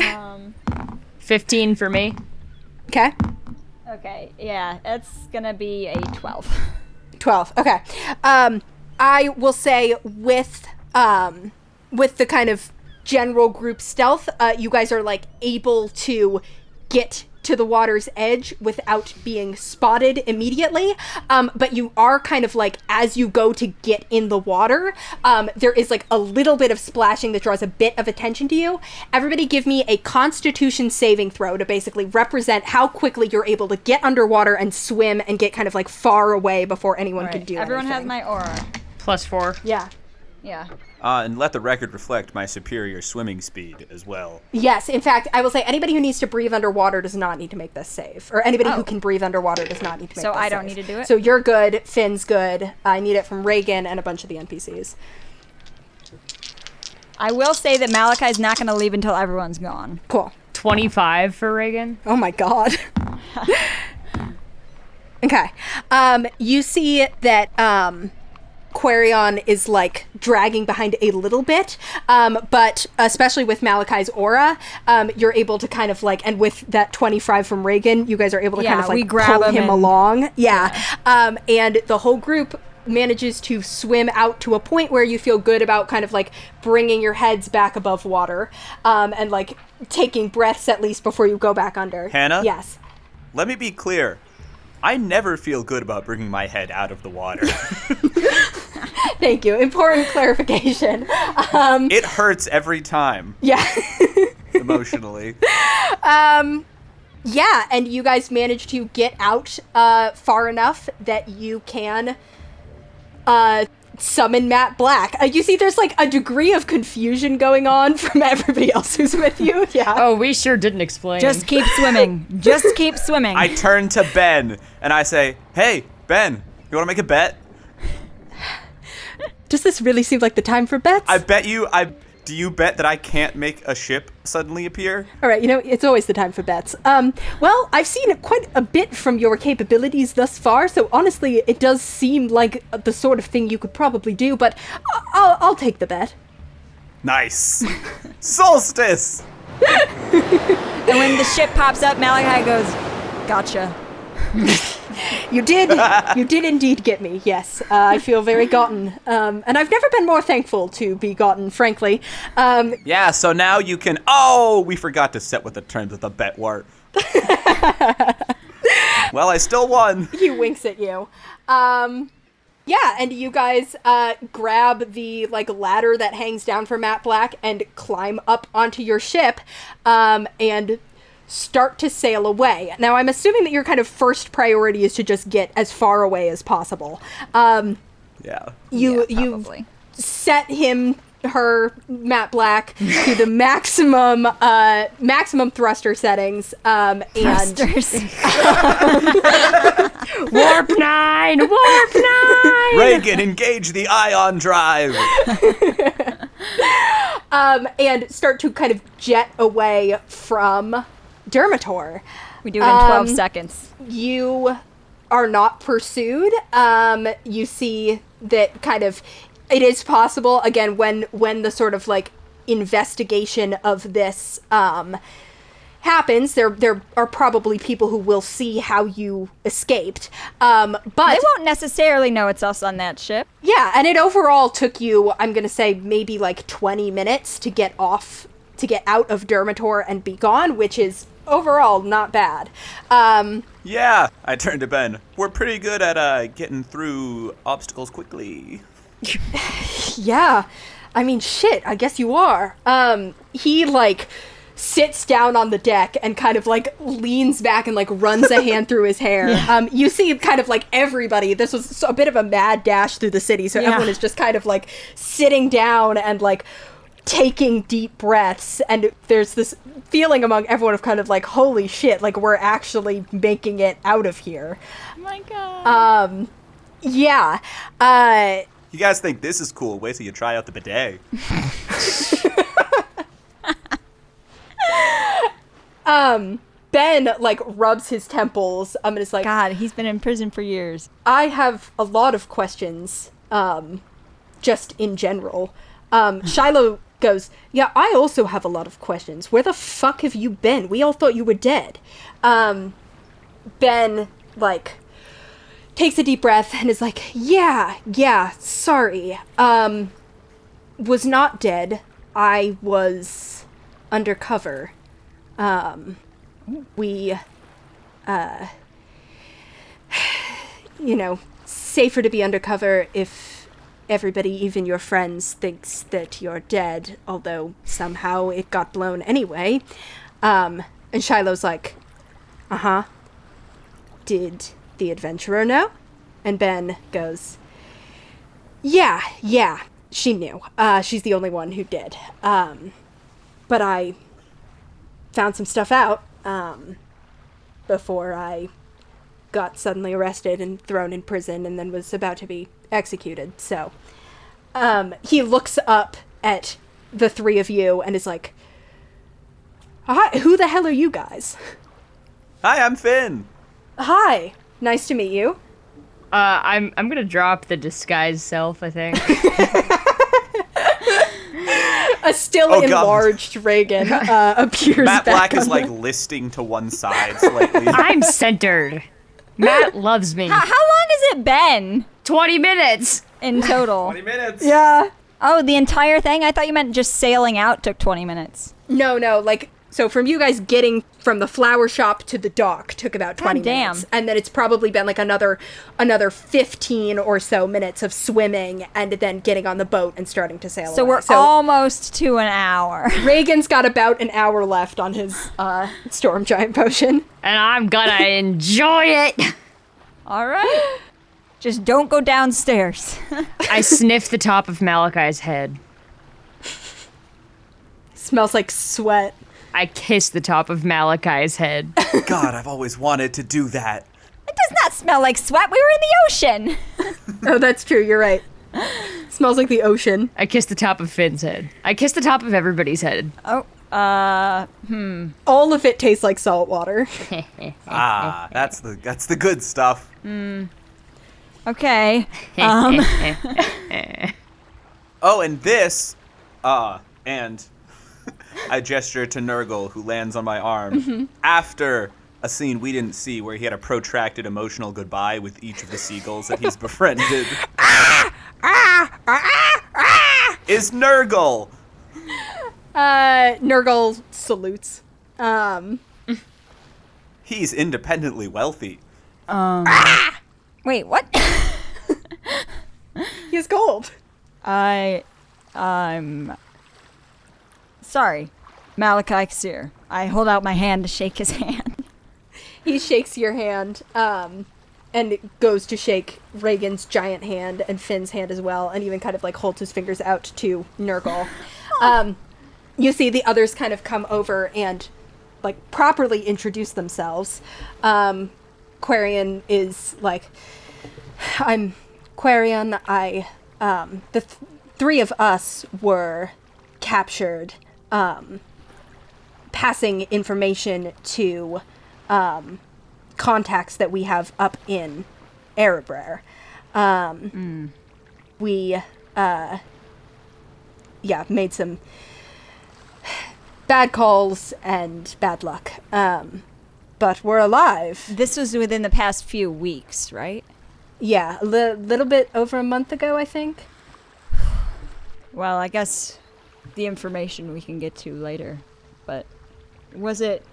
Speaker 4: Um,
Speaker 5: 15 for me.
Speaker 1: Okay.
Speaker 4: okay. Yeah, it's gonna be a twelve.
Speaker 1: Twelve. Okay. Um, I will say with um with the kind of general group stealth, uh, you guys are like able to get to the water's edge without being spotted immediately. Um, but you are kind of like as you go to get in the water, um, there is like a little bit of splashing that draws a bit of attention to you. Everybody, give me a Constitution saving throw to basically represent how quickly you're able to get underwater and swim and get kind of like far away before anyone can do.
Speaker 4: Everyone has
Speaker 1: anything.
Speaker 4: my aura.
Speaker 5: Plus four.
Speaker 1: yeah.
Speaker 4: Yeah.
Speaker 2: Uh, and let the record reflect my superior swimming speed as well.
Speaker 1: Yes, in fact, I will say anybody who needs to breathe underwater does not need to make this save, or anybody who
Speaker 4: Oh.
Speaker 1: can breathe underwater does not need to make.
Speaker 4: So
Speaker 1: this
Speaker 4: I don't
Speaker 1: save.
Speaker 4: need to do it?
Speaker 1: So you're good. Finn's good. I need it from Reagan and a bunch of the NPCs.
Speaker 4: I will say that Malachi's not going to leave until everyone's gone.
Speaker 1: Cool.
Speaker 5: 25 for Reagan.
Speaker 1: Oh my god. okay. Um, you see that um, Quarion is like dragging behind a little bit, um, but especially with Malachi's aura, um, you're able to kind of like, and with that 25 from Reagan, you guys are able to kind
Speaker 4: Yeah,
Speaker 1: of like
Speaker 4: we grab
Speaker 1: pull
Speaker 4: him
Speaker 1: him
Speaker 4: and-
Speaker 1: along. Yeah. Um, and the whole group manages to swim out to a point where you feel good about kind of like bringing your heads back above water um, and like taking breaths at least before you go back under.
Speaker 2: Hannah?
Speaker 1: Yes.
Speaker 2: Let me be clear. I never feel good about bringing my head out of the water.
Speaker 1: Thank you. Important clarification. Um,
Speaker 2: it hurts every time
Speaker 1: yeah.
Speaker 2: emotionally.
Speaker 1: Yeah, and you guys manage to get out uh, far enough that you can uh, summon Matt Black. Uh, you see, there's like a degree of confusion going on from everybody else who's with you. Yeah.
Speaker 5: Oh, we sure didn't explain.
Speaker 4: Just keep swimming. Just keep swimming.
Speaker 2: I turn to Ben and I say, "Hey, Ben, you want to make a bet?
Speaker 1: Does this really seem like the time for bets?
Speaker 2: I bet you I do you bet that I can't make a ship suddenly appear?"
Speaker 1: All right, you know, it's always the time for bets. Um, well, I've seen quite a bit from your capabilities thus far, so honestly, it does seem like the sort of thing you could probably do, but I- I'll, I'll take the bet.
Speaker 2: Nice. Solstice.
Speaker 4: and when the ship pops up, Malachi goes, "Gotcha."
Speaker 1: You did. you did indeed get me. Yes, uh, I feel very gotten, um, and I've never been more thankful to be gotten. Frankly, um,
Speaker 2: Yeah, so now you can Oh, we forgot to set what the terms of the bet were. well, I still won.
Speaker 1: he winks at you. Um, yeah, and you guys uh, grab the like ladder that hangs down from Matt Black and climb up onto your ship, um, and start to sail away. Now, I'm assuming that your kind of first priority is to just get as far away as possible. Um,
Speaker 2: Yeah.
Speaker 1: you
Speaker 4: Yeah,
Speaker 1: you
Speaker 4: probably.
Speaker 1: set him her Matt Black to the maximum uh maximum thruster settings um and
Speaker 5: warp nine, warp nine.
Speaker 2: Reagan, engage the ion drive.
Speaker 1: um and start to kind of jet away from Dermator.
Speaker 4: we do it in 12
Speaker 1: Um,
Speaker 4: seconds.
Speaker 1: you are not pursued um you see that kind of it is possible again when when the sort of like investigation of this um happens there there are probably people who will see how you escaped um but
Speaker 4: They won't necessarily know it's us on that ship.
Speaker 1: yeah, and it overall took you, I'm going to say, maybe like 20 minutes to get off, to get out of Dermator and be gone, which is overall not bad. Um,
Speaker 2: Yeah, I turned to Ben. We're pretty good at uh, getting through obstacles quickly.
Speaker 1: yeah, I mean, shit, I guess you are. Um, he, like, sits down on the deck and kind of like leans back and like runs a hand through his hair. Um, you see kind of like everybody, this was so- a bit of a mad dash through the city, so everyone is just kind of like sitting down and like taking deep breaths and there's this feeling among everyone of kind of like holy shit like we're actually making it out of here
Speaker 4: Oh my god.
Speaker 1: um yeah uh
Speaker 2: You guys think this is cool? Wait till you try out the bidet.
Speaker 1: ben like rubs his temples um and is like
Speaker 4: god, he's been in prison for years.
Speaker 1: I have a lot of questions, um, just in general. Um, Shiloh goes, Yeah, I also have a lot of questions. Where the fuck have you been? We all thought you were dead. Um, ben, like, takes a deep breath and is like, "Yeah, yeah, sorry. Um was not dead. I was undercover. Um we uh you know, safer to be undercover if everybody, even your friends, thinks that you're dead, although somehow it got blown anyway." Um and Shiloh's like, "Uh-huh. Did the adventurer know? And Ben goes, Yeah, yeah, she knew. Uh, she's the only one who did. Um, but I found some stuff out um, before I got suddenly arrested and thrown in prison and then was about to be executed. So um, he looks up at the three of you and is like, Hi, who the hell are you guys?
Speaker 2: Hi, I'm Finn.
Speaker 1: Hi, nice to meet you.
Speaker 5: Uh, I'm I'm gonna drop the disguise self. I think.
Speaker 1: A still
Speaker 2: Oh, God.
Speaker 1: enlarged Reagan uh, appears.
Speaker 2: Matt
Speaker 1: back
Speaker 2: Black is
Speaker 1: on
Speaker 2: like
Speaker 1: the-
Speaker 2: listing to one side slightly.
Speaker 5: I'm centered. Matt loves me.
Speaker 4: How long has it been
Speaker 5: Twenty minutes.
Speaker 4: in total?
Speaker 2: minutes.
Speaker 1: yeah.
Speaker 4: oh, the entire thing? I thought you meant just sailing out took 20 minutes.
Speaker 1: No, no, like so from you guys getting from the flower shop to the dock took about twenty
Speaker 4: damn.
Speaker 1: minutes, and then it's probably been like another another fifteen or so minutes of swimming, and then getting on the boat and starting to sail.
Speaker 4: So
Speaker 1: away.
Speaker 4: we're almost to an hour.
Speaker 1: Reagan's got about an hour left on his uh, storm giant potion.
Speaker 5: And I'm gonna enjoy it.
Speaker 4: All right. Just don't go downstairs.
Speaker 5: I sniff the top of Malachi's head.
Speaker 1: Smells like sweat.
Speaker 5: I kiss the top of Malachi's head.
Speaker 2: God, I've always wanted to do that.
Speaker 4: It does not smell like sweat. We were in the ocean.
Speaker 1: Oh, that's true. You're right. Smells like the ocean.
Speaker 5: I kiss the top of Finn's head. I kiss the top of everybody's head.
Speaker 4: Oh, uh,
Speaker 1: All of it tastes like salt water.
Speaker 2: Ah, that's the that's the good stuff.
Speaker 4: okay.
Speaker 2: Oh, and this, uh, and I gesture to Nurgle, who lands on my arm after a scene we didn't see where he had a protracted emotional goodbye with each of the seagulls that he's befriended. Is Nurgle?
Speaker 1: Uh, Nurgle salutes. Um,
Speaker 2: He's independently wealthy.
Speaker 4: Wait, what?
Speaker 1: he has gold.
Speaker 4: I, I'm sorry, Malachi Seer. I hold out my hand to shake his hand.
Speaker 1: He shakes your hand, um, and goes to shake Reagan's giant hand and Finn's hand as well, and even kind of like holds his fingers out to Nurgle. Um, you see the others kind of come over and like properly introduce themselves. Um, Quarian is like, I'm Quarian. I, um, the th- three of us were captured, um, passing information to, um, contacts that we have up in Erebrer. Um, We, uh, yeah, made some bad calls and bad luck. Um, but we're alive.
Speaker 4: This was within the past few weeks, right?
Speaker 1: Yeah, a li- little bit over a month ago, I think.
Speaker 4: Well, I guess the information we can get to later. But was it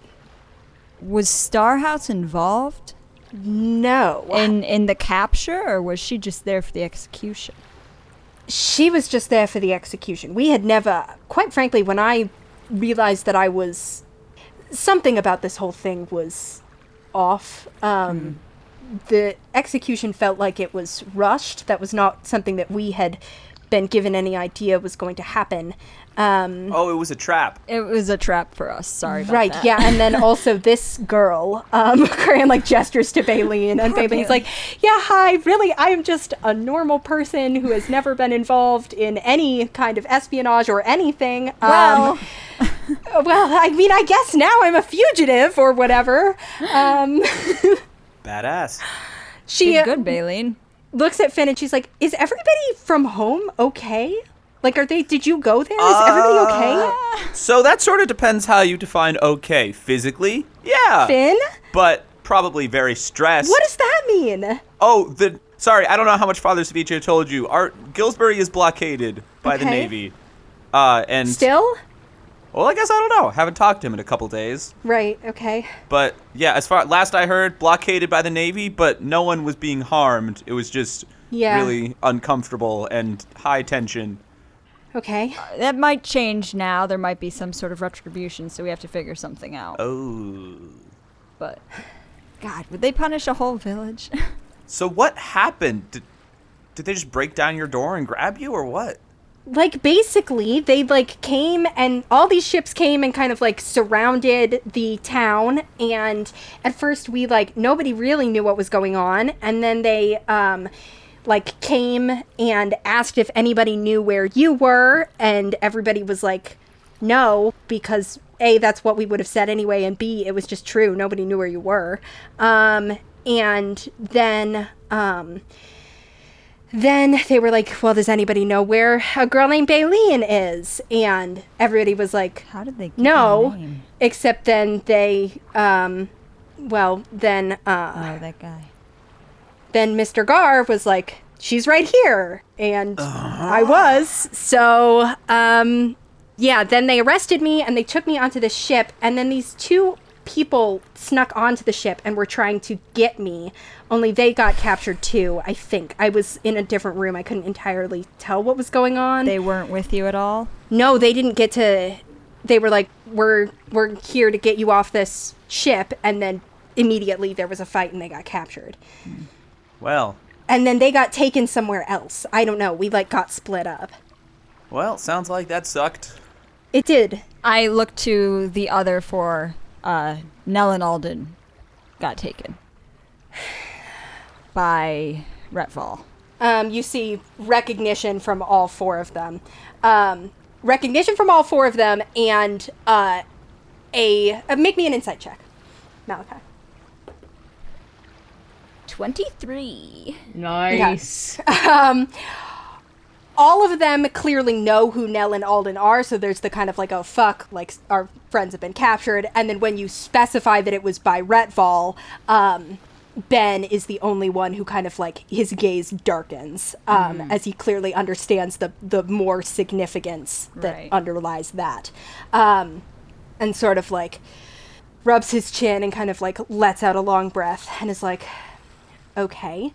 Speaker 4: was Starhouse involved
Speaker 1: No.
Speaker 4: in in the capture, or was she just there for the execution?
Speaker 1: she was just there for the execution. We had never, quite frankly, when I realized that I was. Something about this whole thing was off. Um, The execution felt like it was rushed. That was not something that we had been given any idea was going to happen. Um,
Speaker 2: Oh, it was a trap.
Speaker 4: It was a trap for us. Sorry. About
Speaker 1: Right,
Speaker 4: that.
Speaker 1: yeah, and then also this girl, um, Corinne, like gestures to Baleen, and Baleen's like, "Yeah, hi, really, I'm just a normal person who has never been involved in any kind of espionage or anything." Um,
Speaker 4: Well,
Speaker 1: well, I mean, I guess now I'm a fugitive or whatever. Um,
Speaker 2: Badass.
Speaker 1: she
Speaker 4: you're good, Baleen.
Speaker 1: looks at Finn and she's like, "Is everybody from home okay? Like, are they? Did you go there? Is everybody okay,
Speaker 4: Uh.
Speaker 2: So that sort of depends how you define okay physically. Yeah.
Speaker 1: Finn?
Speaker 2: But probably very stressed.
Speaker 1: What does that mean?"
Speaker 2: Oh, the sorry, I don't know how much Father Ceviche told you. Our Gillsbury is blockaded by the
Speaker 1: Okay.
Speaker 2: Navy. Uh, and
Speaker 1: Still?
Speaker 2: well, I guess I don't know. Haven't talked to him in a couple days.
Speaker 1: Right, okay.
Speaker 2: But yeah, as far last I heard, blockaded by the Navy, but no one was being harmed. It was just
Speaker 1: Yeah.
Speaker 2: really uncomfortable and high tension.
Speaker 1: Okay.
Speaker 4: That might change now. There might be some sort of retribution, so we have to figure something out.
Speaker 2: Oh.
Speaker 4: But God, would they punish a whole village?
Speaker 2: So what happened? Did, did they just break down your door and grab you or what?
Speaker 1: like basically they like came and all these ships came and kind of like surrounded the town and at first we like nobody really knew what was going on and then they um like came and asked if anybody knew where you were and everybody was like no because a that's what we would have said anyway and b it was just true nobody knew where you were um and then um then they were like, "Well, does anybody know where a girl named Baleen is?" And everybody was like,
Speaker 4: How did they? Get
Speaker 1: "No,"
Speaker 4: Her name?
Speaker 1: except then they, um, well, then, uh,
Speaker 4: Oh, that guy.
Speaker 1: then Mr. Gar was like, "She's right here," and I was. So, um, yeah. Then they arrested me and they took me onto the ship, and then these two people snuck onto the ship and were trying to get me. Only they got captured too. I think I was in a different room. I couldn't entirely tell what was going on.
Speaker 4: They weren't with you at all.
Speaker 1: no, they didn't get to. They were like, "We're we're here to get you off this ship," and then immediately there was a fight and they got captured
Speaker 2: Well,
Speaker 1: and then they got taken somewhere else. I don't know. We like got split up.
Speaker 2: well, sounds like that sucked.
Speaker 1: It did.
Speaker 4: I looked to the other for uh, Nell and Alden got taken by Retval.
Speaker 1: Um, you see recognition from all four of them. Um, recognition from all four of them, and uh, a uh, make me an insight check, Malachi.
Speaker 4: 23.
Speaker 5: Nice.
Speaker 1: All of them clearly know who Nell and Alden are, so there's the kind of like, oh fuck, like s- our friends have been captured. And then when you specify that it was by Retval, um, Ben is the only one who kind of like his gaze darkens um, as he clearly understands the the more significance that
Speaker 4: Right.
Speaker 1: underlies that, um, and sort of like rubs his chin and kind of like lets out a long breath and is like, okay,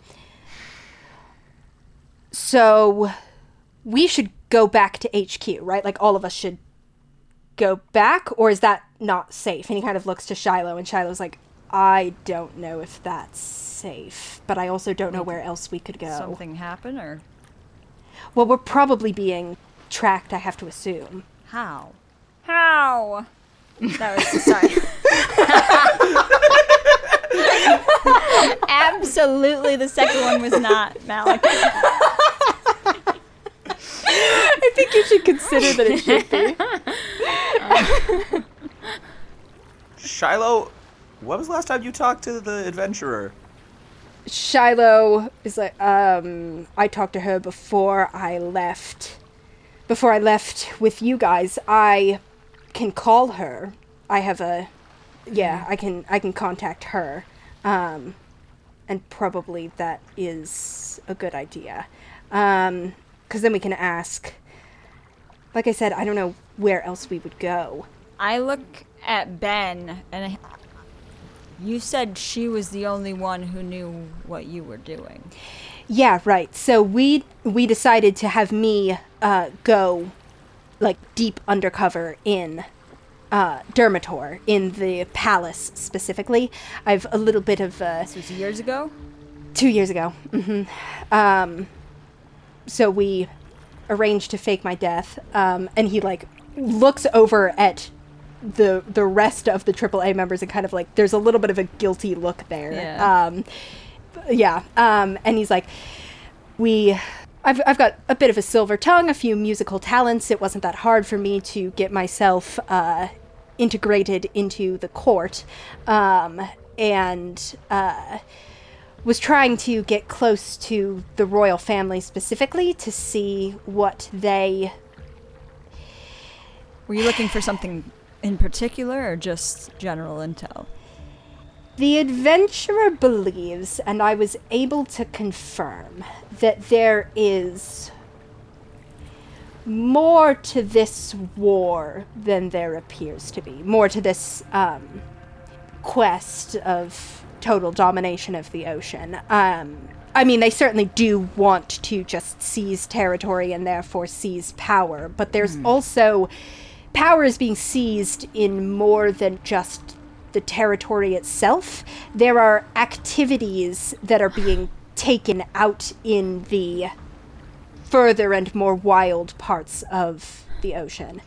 Speaker 1: so we should go back to HQ, right? Like all of us should go back, or is that not safe? And he kind of looks to Shiloh, and Shiloh's like, I don't know if that's safe, but I also don't know where else we could go.
Speaker 4: Something happened or
Speaker 1: Well, we're probably being tracked, I have to assume.
Speaker 4: how? How? That was sorry. Absolutely, the second one was not Malik.
Speaker 1: I think you should consider that it should be.
Speaker 2: Shiloh, when was the last time you talked to the adventurer?
Speaker 1: Shiloh is like, um, I talked to her before I left. Before I left with you guys, I can call her. I have a, yeah, I can I can contact her, um, and probably that is a good idea, um, because then we can ask. Like I said, I don't know where else we would go.
Speaker 4: I look at Ben and I, you said she was the only one who knew what you were doing.
Speaker 1: Yeah, right. So we we decided to have me uh, go like deep undercover in uh, Dermator in the palace specifically. I've a little bit of uh,
Speaker 4: This was years ago.
Speaker 1: two years ago. hmm Um, so we arranged to fake my death, um, and he like looks over at the the rest of the AAA members and kind of like there's a little bit of a guilty look there.
Speaker 4: Yeah.
Speaker 1: Um, yeah. Um, and he's like, we. I've, I've got a bit of a silver tongue, a few musical talents. It wasn't that hard for me to get myself uh, integrated into the court. Um, and uh, was trying to get close to the royal family specifically to see what they
Speaker 4: Were you looking for something in particular or just general intel?
Speaker 1: The adventurer believes, and I was able to confirm, that there is more to this war than there appears to be, more to this um, quest of total domination of the ocean. Um, I mean, they certainly do want to just seize territory and therefore seize power, but there's also power is being seized in more than just the territory itself. There are activities that are being taken out in the further and more wild parts of the ocean.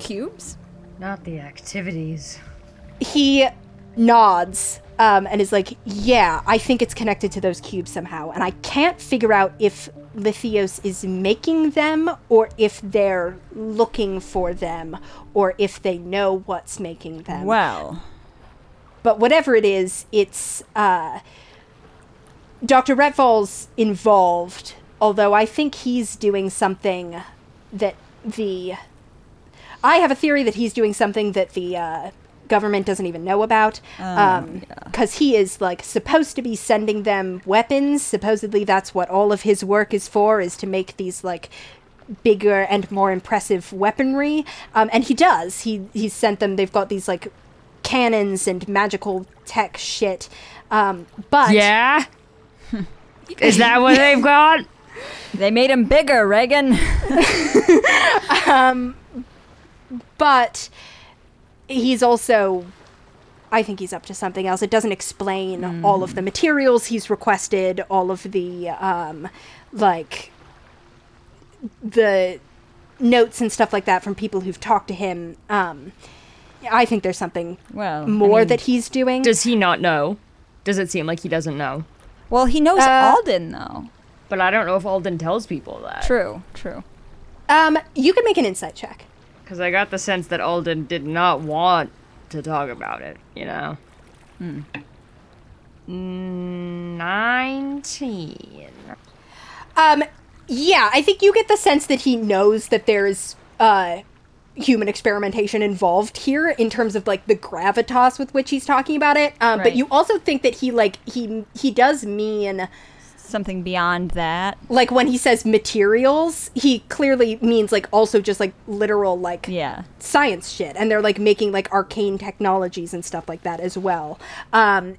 Speaker 4: Cubes?
Speaker 3: Not the activities.
Speaker 1: He nods um, and is like, Yeah, I think it's connected to those cubes somehow. And I can't figure out if Lithios is making them or if they're looking for them or if they know what's making them.
Speaker 4: Well,
Speaker 1: but whatever it is, it's uh, Dr. Retfall's involved, although I think he's doing something that the. I have a theory that he's doing something that the uh, government doesn't even know about. Because he is, like, supposed to be sending them weapons. Supposedly, that's what all of his work is for, is to make these, like, bigger and more impressive weaponry. Um, and he does. He, he's sent them, they've got these, like, cannons and magical tech shit. Um, but
Speaker 5: Yeah? Is that what they've got?
Speaker 4: they made him bigger, Reagan.
Speaker 1: but he's also I think he's up to something else. It doesn't explain all of the materials he's requested, all of the um like the notes and stuff like that from people who've talked to him. Um I think there's something
Speaker 4: Well, I
Speaker 1: more that he's doing.
Speaker 5: Does he not know? Does it seem like he doesn't know?
Speaker 4: Well, he knows
Speaker 1: Uh,
Speaker 4: Alden, though.
Speaker 5: But I don't know if Alden tells people that.
Speaker 4: True, true.
Speaker 1: um you can make an insight check.
Speaker 5: Because I got the sense that Alden did not want to talk about it, you know? Hmm. 19.
Speaker 1: Um, yeah, I think you get the sense that he knows that there's uh, human experimentation involved here in terms of like the gravitas with which he's talking about it. Um, But
Speaker 5: Right.
Speaker 1: you also think that he like he he does mean
Speaker 4: Something beyond that.
Speaker 1: like when he says materials, he clearly means like also just like literal like
Speaker 4: Yeah.
Speaker 1: science shit and they're like making like arcane technologies and stuff like that as well um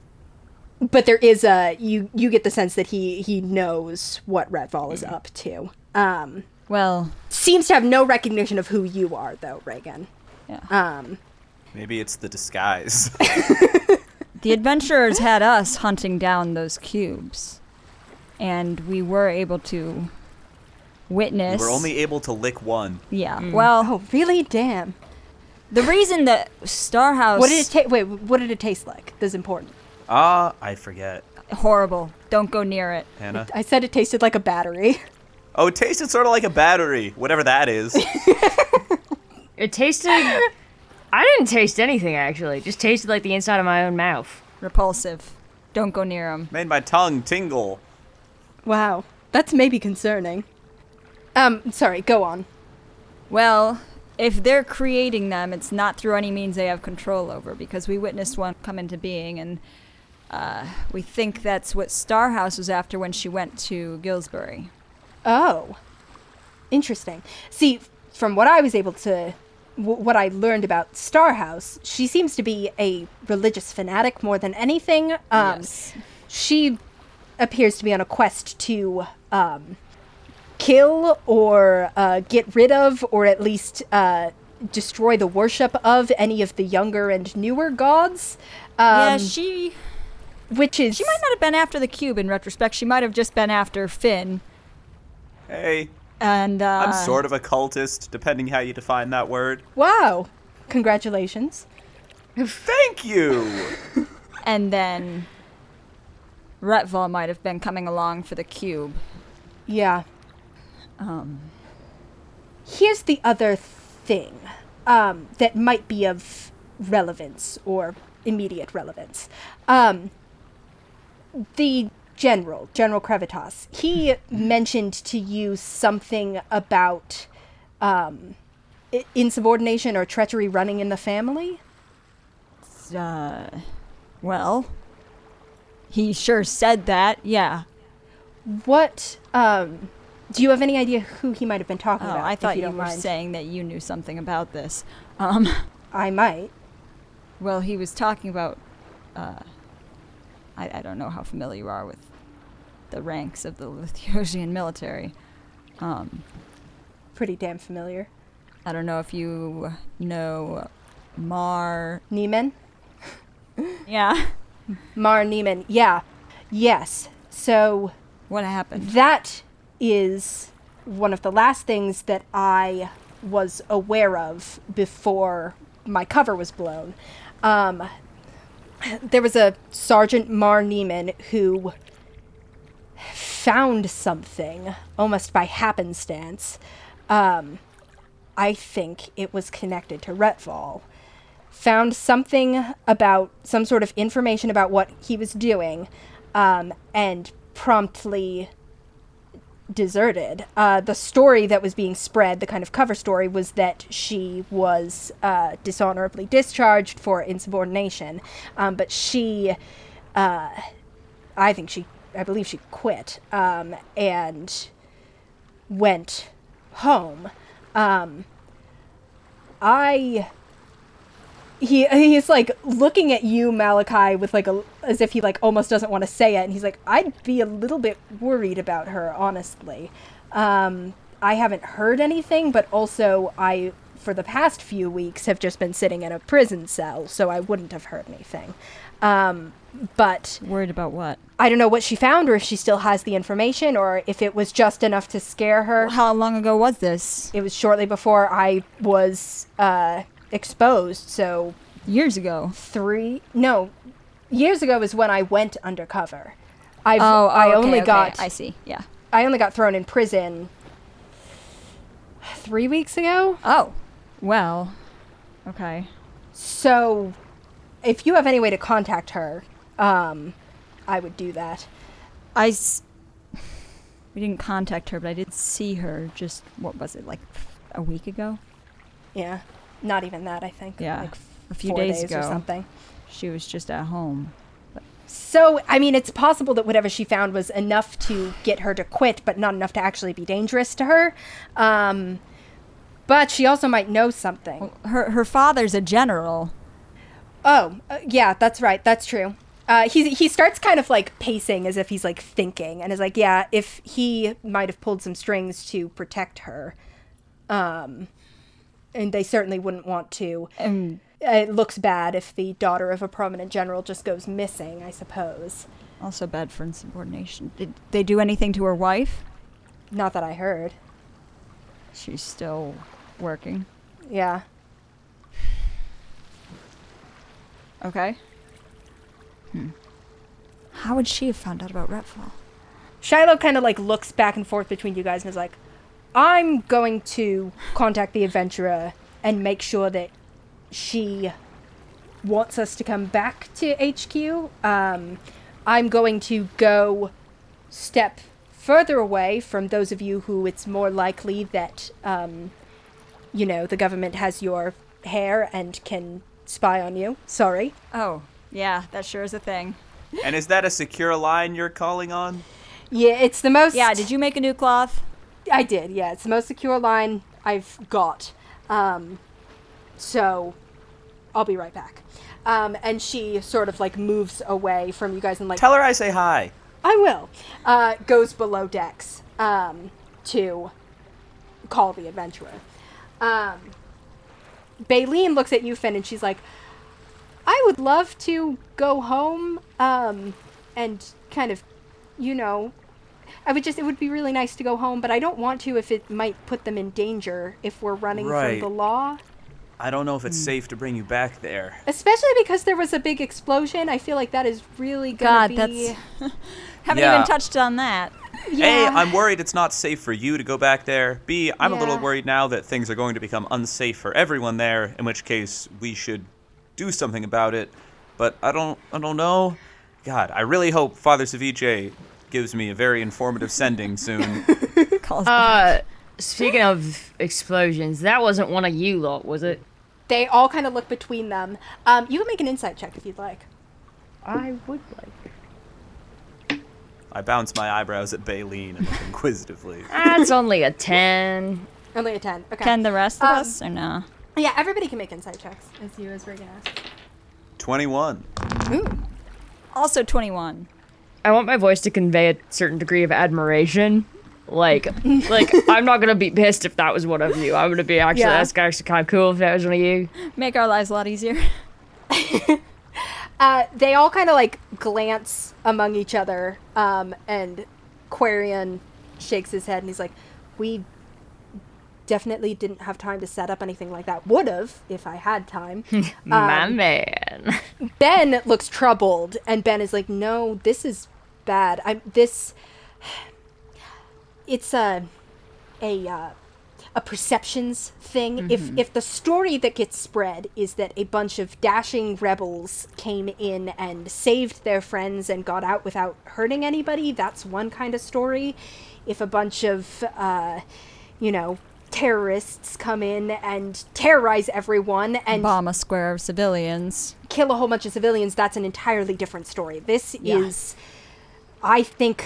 Speaker 1: but there is a you you get the sense that he he knows what redfall is up to um
Speaker 4: Well,
Speaker 1: seems to have no recognition of who you are though reagan
Speaker 4: yeah.
Speaker 1: um
Speaker 2: Maybe it's the disguise.
Speaker 4: the adventurers had us hunting down those cubes, and we were able to
Speaker 2: we
Speaker 4: witness.
Speaker 2: were only able to lick one.
Speaker 4: Yeah. Well,
Speaker 1: oh really damn
Speaker 4: the reason that Starhouse
Speaker 1: what did it taste wait what did it taste like this is important
Speaker 2: Ah, I forget,
Speaker 4: horrible. Don't go near it.
Speaker 2: Hannah.
Speaker 1: i said it tasted like a battery
Speaker 2: Oh, it tasted sort of like a battery, whatever that is.
Speaker 5: It tasted. I didn't taste anything, actually. It just tasted like the inside of my own mouth.
Speaker 4: Repulsive. Don't go near them.
Speaker 2: Made my tongue tingle.
Speaker 1: wow that's maybe concerning um sorry go on
Speaker 4: Well, if they're creating them, it's not through any means they have control over because we witnessed one come into being and uh, we think that's what Starhouse was after when she went to Gillsbury.
Speaker 1: Oh, interesting. See, from what I was able to, w- what I learned about Starhouse, she seems to be a religious fanatic more than anything. Um,
Speaker 4: Yes.
Speaker 1: She appears to be on a quest to um, kill or uh, get rid of, or at least uh, destroy the worship of any of the younger and newer gods. Um,
Speaker 4: yeah, she
Speaker 1: which is
Speaker 4: she might not have been after the cube in retrospect. She might have just been after Finn.
Speaker 2: Hey,
Speaker 4: And uh,
Speaker 2: I'm sort of a cultist, depending how you define that word.
Speaker 1: Wow! Congratulations.
Speaker 2: Thank you.
Speaker 4: and then Retval might have been coming along for the cube.
Speaker 1: Yeah.
Speaker 4: Um,
Speaker 1: Here's the other thing um, that might be of relevance or immediate relevance. Um, the general, General Crevitas, he
Speaker 4: Mm-hmm.
Speaker 1: mentioned to you something about um, i- insubordination or treachery running in the family.
Speaker 4: uh, Well, he sure said that. Yeah.
Speaker 1: What? Um, do you have any idea who he might have been talking
Speaker 4: Oh,
Speaker 1: about?
Speaker 4: I
Speaker 1: if
Speaker 4: thought you,
Speaker 1: don't
Speaker 4: were
Speaker 1: mind?
Speaker 4: saying that you knew something about this. Um,
Speaker 1: I might.
Speaker 4: well, he was talking about. Uh, I, I don't know how familiar you are with the ranks of the Lithuanian military. Um,
Speaker 1: Pretty damn familiar.
Speaker 4: I don't know if you know Mar.
Speaker 1: Neiman?
Speaker 4: Yeah.
Speaker 1: Mar Neiman. Yeah. Yes. So
Speaker 4: What happened?
Speaker 1: that is one of the last things that I was aware of before my cover was blown. Um, there was a Sergeant Mar Neiman who found something almost by happenstance. Um, I think it was connected to Retval. Found something about some sort of information about what he was doing, um, and promptly deserted. Uh, the story that was being spread, the kind of cover story, was that she was uh, dishonorably discharged for insubordination. Um, but she, uh, I think she, I believe she quit um, and went home. Um, I. He, he's like looking at you malachi with like a as if he like almost doesn't want to say it and he's like i'd be a little bit worried about her honestly um i haven't heard anything but also i for the past few weeks have just been sitting in a prison cell so i wouldn't have heard anything um but
Speaker 4: Worried about what?
Speaker 1: i don't know what she found or if she still has the information or if it was just enough to scare her
Speaker 4: How long ago was this?
Speaker 1: it was shortly before i was uh exposed so
Speaker 4: Years ago.
Speaker 1: three no years ago was when i went undercover I've,
Speaker 4: Oh,
Speaker 1: i
Speaker 4: okay,
Speaker 1: only
Speaker 4: okay,
Speaker 1: got
Speaker 4: I
Speaker 1: I,
Speaker 4: see. Yeah.
Speaker 1: only got thrown in prison three weeks ago
Speaker 4: Oh. Well. Okay.
Speaker 1: so if you have any way to contact her um i would do that
Speaker 4: I. S- we didn't contact her, but I did see her just, what was it, like a week ago?
Speaker 1: yeah not even that i think
Speaker 4: Yeah.
Speaker 1: like
Speaker 4: a few
Speaker 1: four
Speaker 4: days, ago.
Speaker 1: or something
Speaker 4: She was just at home.
Speaker 1: So, I mean, it's possible that whatever she found was enough to get her to quit, but not enough to actually be dangerous to her. Um, but she also might know something.
Speaker 4: Her, her father's a general.
Speaker 1: Oh, uh, yeah, that's right. That's true. Uh, he, he starts kind of like pacing as if he's like thinking and is like, yeah, if he might have pulled some strings to protect her. Um, and they certainly wouldn't want to.
Speaker 4: And
Speaker 1: It looks bad if the daughter of a prominent general just goes missing, I suppose.
Speaker 4: also bad for insubordination. Did they do anything to her wife?
Speaker 1: Not that I heard.
Speaker 4: She's still working.
Speaker 1: Yeah.
Speaker 4: Okay. Hmm. How would she have found out about Redfall?
Speaker 1: Shiloh kind of like looks back and forth between you guys and is like, I'm going to contact the adventurer and make sure that she wants us to come back to HQ. Um, I'm going to go step further away from those of you who it's more likely that, um, you know, the government has your hair and can spy on you. Sorry.
Speaker 4: Oh, yeah, that sure is a thing.
Speaker 2: And is that a secure line you're calling on?
Speaker 1: Yeah, it's the most.
Speaker 4: Yeah, did you make a new cloth?
Speaker 1: I did, yeah. It's the most secure line I've got. Um, so I'll be right back. Um, and she sort of like moves away from you guys and like,
Speaker 2: Tell her I say hi.
Speaker 1: I will, uh, goes below decks um, to call the adventurer. Um, Baleen looks at you, Finn, and she's like, I would love to go home um, and kind of, you know, I would just, it would be really nice to go home, but I don't want to if it might put them in danger if we're running from
Speaker 2: Right.
Speaker 1: the law.
Speaker 2: I don't know if it's safe to bring you back there.
Speaker 1: Especially because there was a big explosion. I feel like that is really going
Speaker 4: God,
Speaker 1: be...
Speaker 4: that's- Haven't
Speaker 2: Yeah.
Speaker 4: even touched on that.
Speaker 2: A,
Speaker 1: Yeah.
Speaker 2: I'm worried it's not safe for you to go back there. B, I'm a little
Speaker 1: Yeah.
Speaker 2: worried now that things are going to become unsafe for everyone there, in which case we should do something about it. But I don't I don't know. God, I really hope Father Ceviche gives me a very informative sending soon.
Speaker 4: Calls
Speaker 5: Uh, speaking of explosions, that wasn't one of you lot, was it?
Speaker 1: they all kind of look between them. Um, you can make an insight check if you'd like.
Speaker 3: I would like.
Speaker 2: I bounce my eyebrows at Baleen and look inquisitively.
Speaker 3: That's only a 10.
Speaker 1: Only a 10. Okay.
Speaker 4: Can the rest of
Speaker 1: Um,
Speaker 4: us or no?
Speaker 1: Yeah, everybody can make insight checks, as you as Regan asked.
Speaker 2: 21.
Speaker 4: Also 21.
Speaker 3: I want my voice to convey a certain degree of admiration. Like, like I'm not gonna be pissed if that was one of you. I'm gonna be actually
Speaker 1: Yeah.
Speaker 3: that's actually kind of cool if that was one of you.
Speaker 5: Uh,
Speaker 4: Make our lives a lot easier.
Speaker 1: Uh, they all kind of like glance among each other, um, and Quarian shakes his head and he's like, We definitely didn't have time to set up anything like that. Would have if I had time.
Speaker 3: My man.
Speaker 1: Ben looks troubled, and Ben is like, "No, this is bad. I'm this. It's a, a, uh, a perceptions thing. If if the story that gets spread is that a bunch of dashing rebels came in and saved their friends and got out without hurting anybody, that's one kind of story. If a bunch of, uh, you know." Terrorists come in and terrorize everyone, and
Speaker 4: Bomb a square of civilians.
Speaker 1: kill a whole bunch of civilians, that's an entirely different story. This is, I think,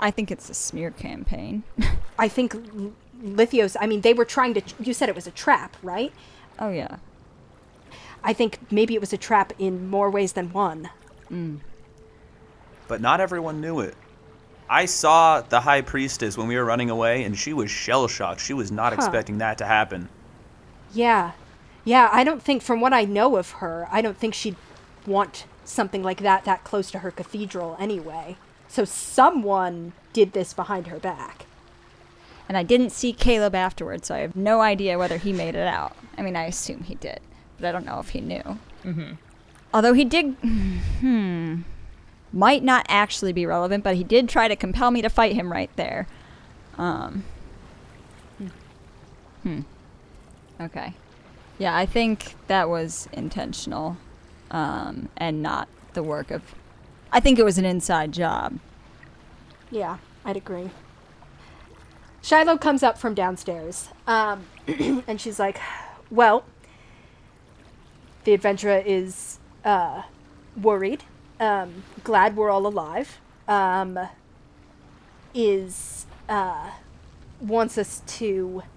Speaker 4: I think it's a smear campaign.
Speaker 1: I think L- Lithios. I mean, they were trying to. You said it was a trap, right?
Speaker 4: Oh yeah.
Speaker 1: I think maybe it was a trap in more ways than one.
Speaker 2: But not everyone knew it. I saw the High Priestess when we were running away, and she was shell shocked. She was not expecting that to happen.
Speaker 1: Yeah, yeah. I don't think, from what I know of her, I don't think she'd want something like that that close to her cathedral anyway. So someone did this behind her back.
Speaker 4: And I didn't see Caleb afterwards, so I have no idea whether he made it out. I mean, I assume he did, but I don't know if he knew. Mm-hmm. Although he did, hmm, might not actually be relevant, but he did try to compel me to fight him right there. Um. Hmm. Okay. Yeah, I think that was intentional, um, and not the work of. I think it was an inside job.
Speaker 1: Yeah, I'd agree. Shiloh comes up from downstairs, um, and she's like, "Well, the adventurer is uh, worried. Um, glad we're all alive. Um, is uh, wants us to."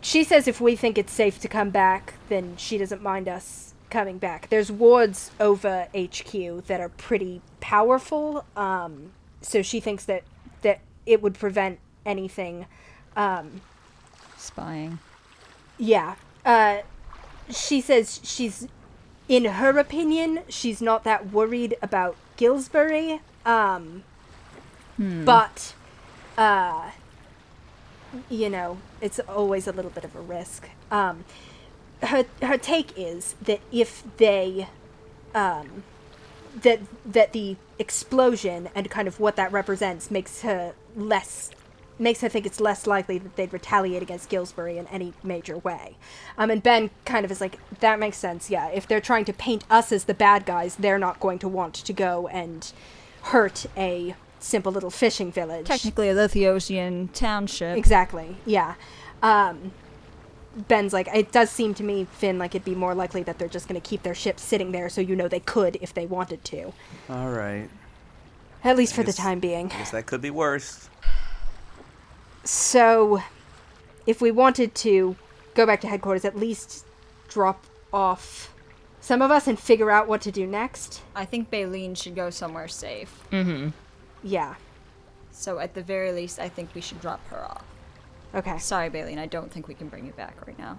Speaker 1: She says if we think it's safe to come back, then she doesn't mind us coming back. There's wards over HQ that are pretty powerful. Um, so she thinks that that it would prevent anything. Um,
Speaker 4: Spying.
Speaker 1: yeah. Uh, she says she's, in her opinion, she's not that worried about Gillsbury. Um, But, uh, you know, it's always a little bit of a risk. Um, her her take is that if they, um, that that the explosion and kind of what that represents makes her less makes her think it's less likely that they'd retaliate against Gillsbury in any major way. Um, and Ben kind of is like, that makes sense. Yeah, if they're trying to paint us as the bad guys, they're not going to want to go and hurt a simple little fishing village.
Speaker 4: Technically, a Lithiosian township.
Speaker 1: Exactly. Yeah. Um, Ben's like, it does seem to me, Finn, like it'd be more likely that they're just going to keep their ship sitting there so you know they could if they wanted to.
Speaker 2: All right.
Speaker 1: At least for the
Speaker 2: guess-
Speaker 1: time being.
Speaker 2: Guess that could be worse.
Speaker 1: So, if we wanted to go back to headquarters, at least drop off some of us and figure out what to do next.
Speaker 4: I think Baleen should go somewhere safe.
Speaker 1: Yeah.
Speaker 4: So at the very least, I think we should drop her off.
Speaker 1: Okay.
Speaker 4: Sorry, Baleen, I don't think we can bring you back right now.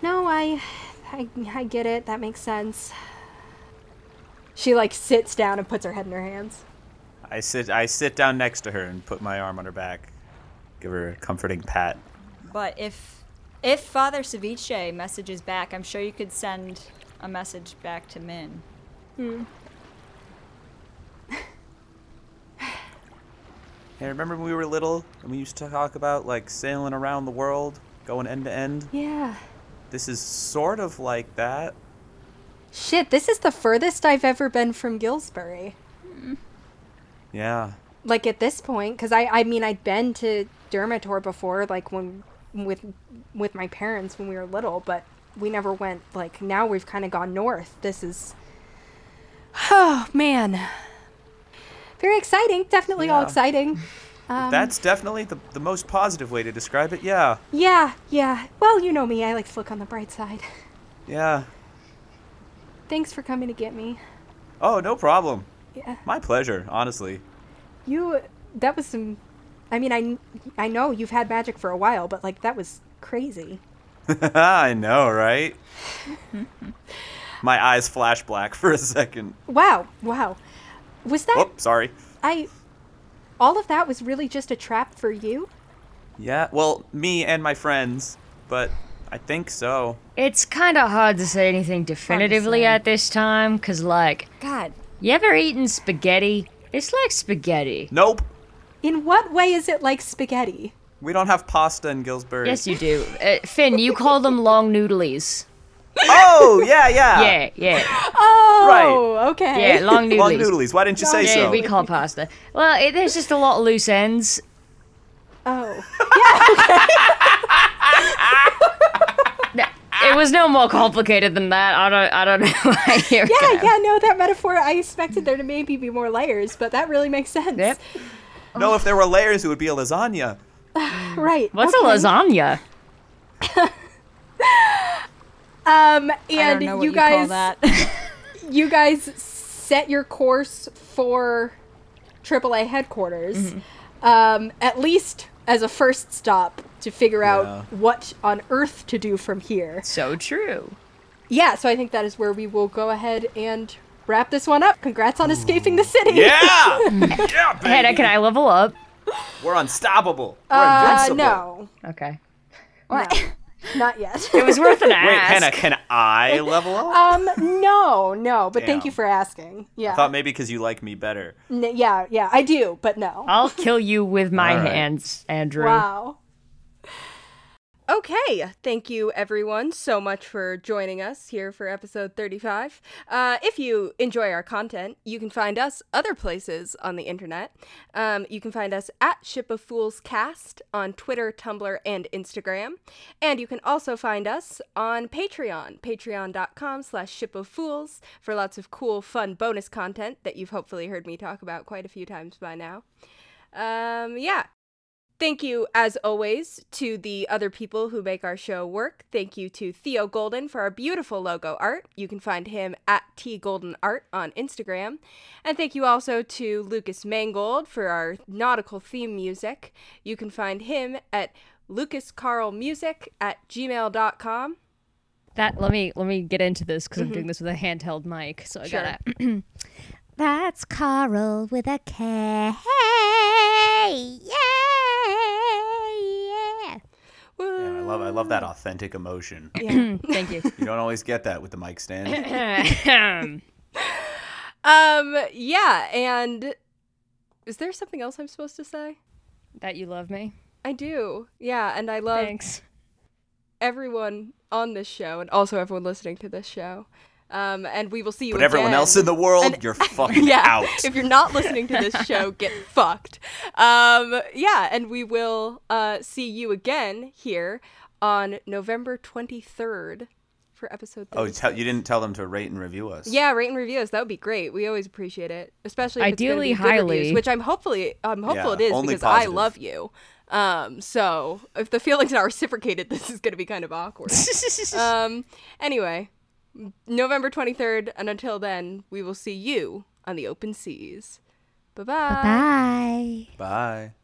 Speaker 1: No, I, I, I get it. That makes sense. She like sits down and puts her head in her hands.
Speaker 2: I sit I sit down next to her and put my arm on her back. Give her a comforting pat.
Speaker 4: But if if Father Ceviche messages back, I'm sure you could send a message back to Min.
Speaker 2: Hey, remember when we were little and we used to talk about like sailing around the world, going end to end?
Speaker 1: Yeah.
Speaker 2: This is sort of like that.
Speaker 1: Shit, this is the furthest I've ever been from Gillsbury.
Speaker 2: Yeah.
Speaker 1: Like at this point, because I, I mean, I'd been to Dermator before, like when with with my parents when we were little, but we never went. Like now, we've kind of gone north. This is Oh man, very exciting. Definitely all
Speaker 2: Yeah.
Speaker 1: exciting.
Speaker 2: That's definitely the, the most positive way to describe it. Yeah.
Speaker 1: Yeah, yeah. Well, you know me. I like to look on the bright side.
Speaker 2: Yeah.
Speaker 1: Thanks for coming to get me.
Speaker 2: Oh, no problem.
Speaker 1: Yeah.
Speaker 2: My pleasure, honestly.
Speaker 1: You. That was some. I mean, I. kn- I know you've had magic for a while, but like that was crazy.
Speaker 2: I know, right? My eyes flash black for a second.
Speaker 1: Wow. Wow. Was that
Speaker 2: Oh, sorry.
Speaker 1: I? All of that was really just a trap for you.
Speaker 2: Yeah, well, me and my friends, but I think so.
Speaker 5: It's kind of hard to say anything definitively at this time, because, like,
Speaker 4: God.
Speaker 5: you ever eaten spaghetti? It's like spaghetti.
Speaker 2: Nope.
Speaker 1: In what way is it like spaghetti?
Speaker 2: We don't have pasta in Gillsburg.
Speaker 5: Yes, you do. Uh, Finn, you call them long noodlies.
Speaker 2: Oh, yeah, yeah.
Speaker 5: Yeah, yeah,
Speaker 1: Oh, okay.
Speaker 5: yeah, long noodlies.
Speaker 2: Long noodlies. Why didn't you say
Speaker 5: Yeah,
Speaker 2: so?
Speaker 5: we call pasta. Well, it, there's just a lot of loose ends.
Speaker 1: Oh,
Speaker 5: It was no more complicated than that. I don't, I don't know. Why you're
Speaker 1: yeah,
Speaker 5: gonna-
Speaker 1: yeah. No, that metaphor. I expected there to maybe be more layers, but that really makes sense.
Speaker 5: Yep.
Speaker 2: no, if there were layers, it would be a lasagna.
Speaker 1: Right.
Speaker 5: What's
Speaker 1: okay.
Speaker 5: a lasagna?
Speaker 1: Um,
Speaker 4: I
Speaker 1: and
Speaker 4: don't know what
Speaker 1: you
Speaker 4: you,
Speaker 1: guys,
Speaker 4: call that.
Speaker 1: you guys set your course for AAA headquarters,
Speaker 2: Mm-hmm.
Speaker 1: um, at least as a first stop to figure
Speaker 2: Yeah.
Speaker 1: out what on earth to do from here.
Speaker 5: So true.
Speaker 1: Yeah, so I think that is where we will go ahead and wrap this one up. Congrats on escaping the city.
Speaker 2: Yeah! yeah, baby.
Speaker 5: Hannah, can I level up?
Speaker 2: We're unstoppable. We're
Speaker 1: Uh,
Speaker 2: invincible.
Speaker 1: no,
Speaker 5: Okay.
Speaker 1: not yet.
Speaker 5: It was worth an ask.
Speaker 2: Wait, Hannah, can I level up?
Speaker 1: um, no, no, but thank
Speaker 2: Damn.
Speaker 1: you for asking. Yeah,
Speaker 2: I thought maybe because you like me better.
Speaker 1: N- yeah, yeah, I do, but no.
Speaker 5: I'll kill you with my
Speaker 2: All right.
Speaker 5: hands, Andrew.
Speaker 1: Wow. Okay, thank you everyone so much for joining us here for episode 35. Uh, if you enjoy our content, you can find us other places on the internet. Um, you can find us at Ship of Fools Cast on Twitter, Tumblr, and Instagram. And you can also find us on Patreon, patreon.com slash Ship of Fools for lots of cool, fun bonus content that you've hopefully heard me talk about quite a few times by now. Um, yeah, Thank you, as always, to the other people who make our show work. Thank you to Theo Golden for our beautiful logo art. You can find him at T Golden Art on Instagram. And thank you also to Lucas Mangold for our nautical theme music. You can find him at lucascarlmusic at gmail.com.
Speaker 6: That let me let me get into this because I'm doing this with a handheld mic, so I
Speaker 1: Mm-hmm. Sure.
Speaker 6: gotta. That's Carl with a K. Yeah, yeah.
Speaker 2: Yeah, I love I love that authentic emotion.
Speaker 5: Thank you.
Speaker 2: You don't always get that with the mic stand.
Speaker 1: Um, yeah, and is there something else I'm supposed to say?
Speaker 5: that you love me.
Speaker 1: I do. Yeah, and I love
Speaker 5: Thanks.
Speaker 1: everyone on this show and also everyone listening to this show. Um, and we will see you
Speaker 2: But everyone
Speaker 1: again.
Speaker 2: else in the world,
Speaker 1: And-
Speaker 2: you're fucking
Speaker 1: yeah,
Speaker 2: out.
Speaker 1: If you're not listening to this show, get fucked. Um, yeah, and we will uh, see you again here on November 23rd for episode 36.
Speaker 2: Oh, tell, you didn't tell them to rate and review us.
Speaker 1: Yeah, rate and review us. That would be great. We always appreciate it, especially if
Speaker 5: Ideally,
Speaker 1: it's gonna be good
Speaker 5: highly.
Speaker 1: reviews, which I'm hopefully I'm hopeful
Speaker 2: Yeah,
Speaker 1: it is
Speaker 2: only
Speaker 1: because I
Speaker 2: positive.
Speaker 1: love you. Um, so if the feeling's not reciprocated, this is going to be kind of awkward. um, anyway, November 23rd, and until then, we will see you on the open seas. Bye bye.
Speaker 6: Bye.
Speaker 2: Bye.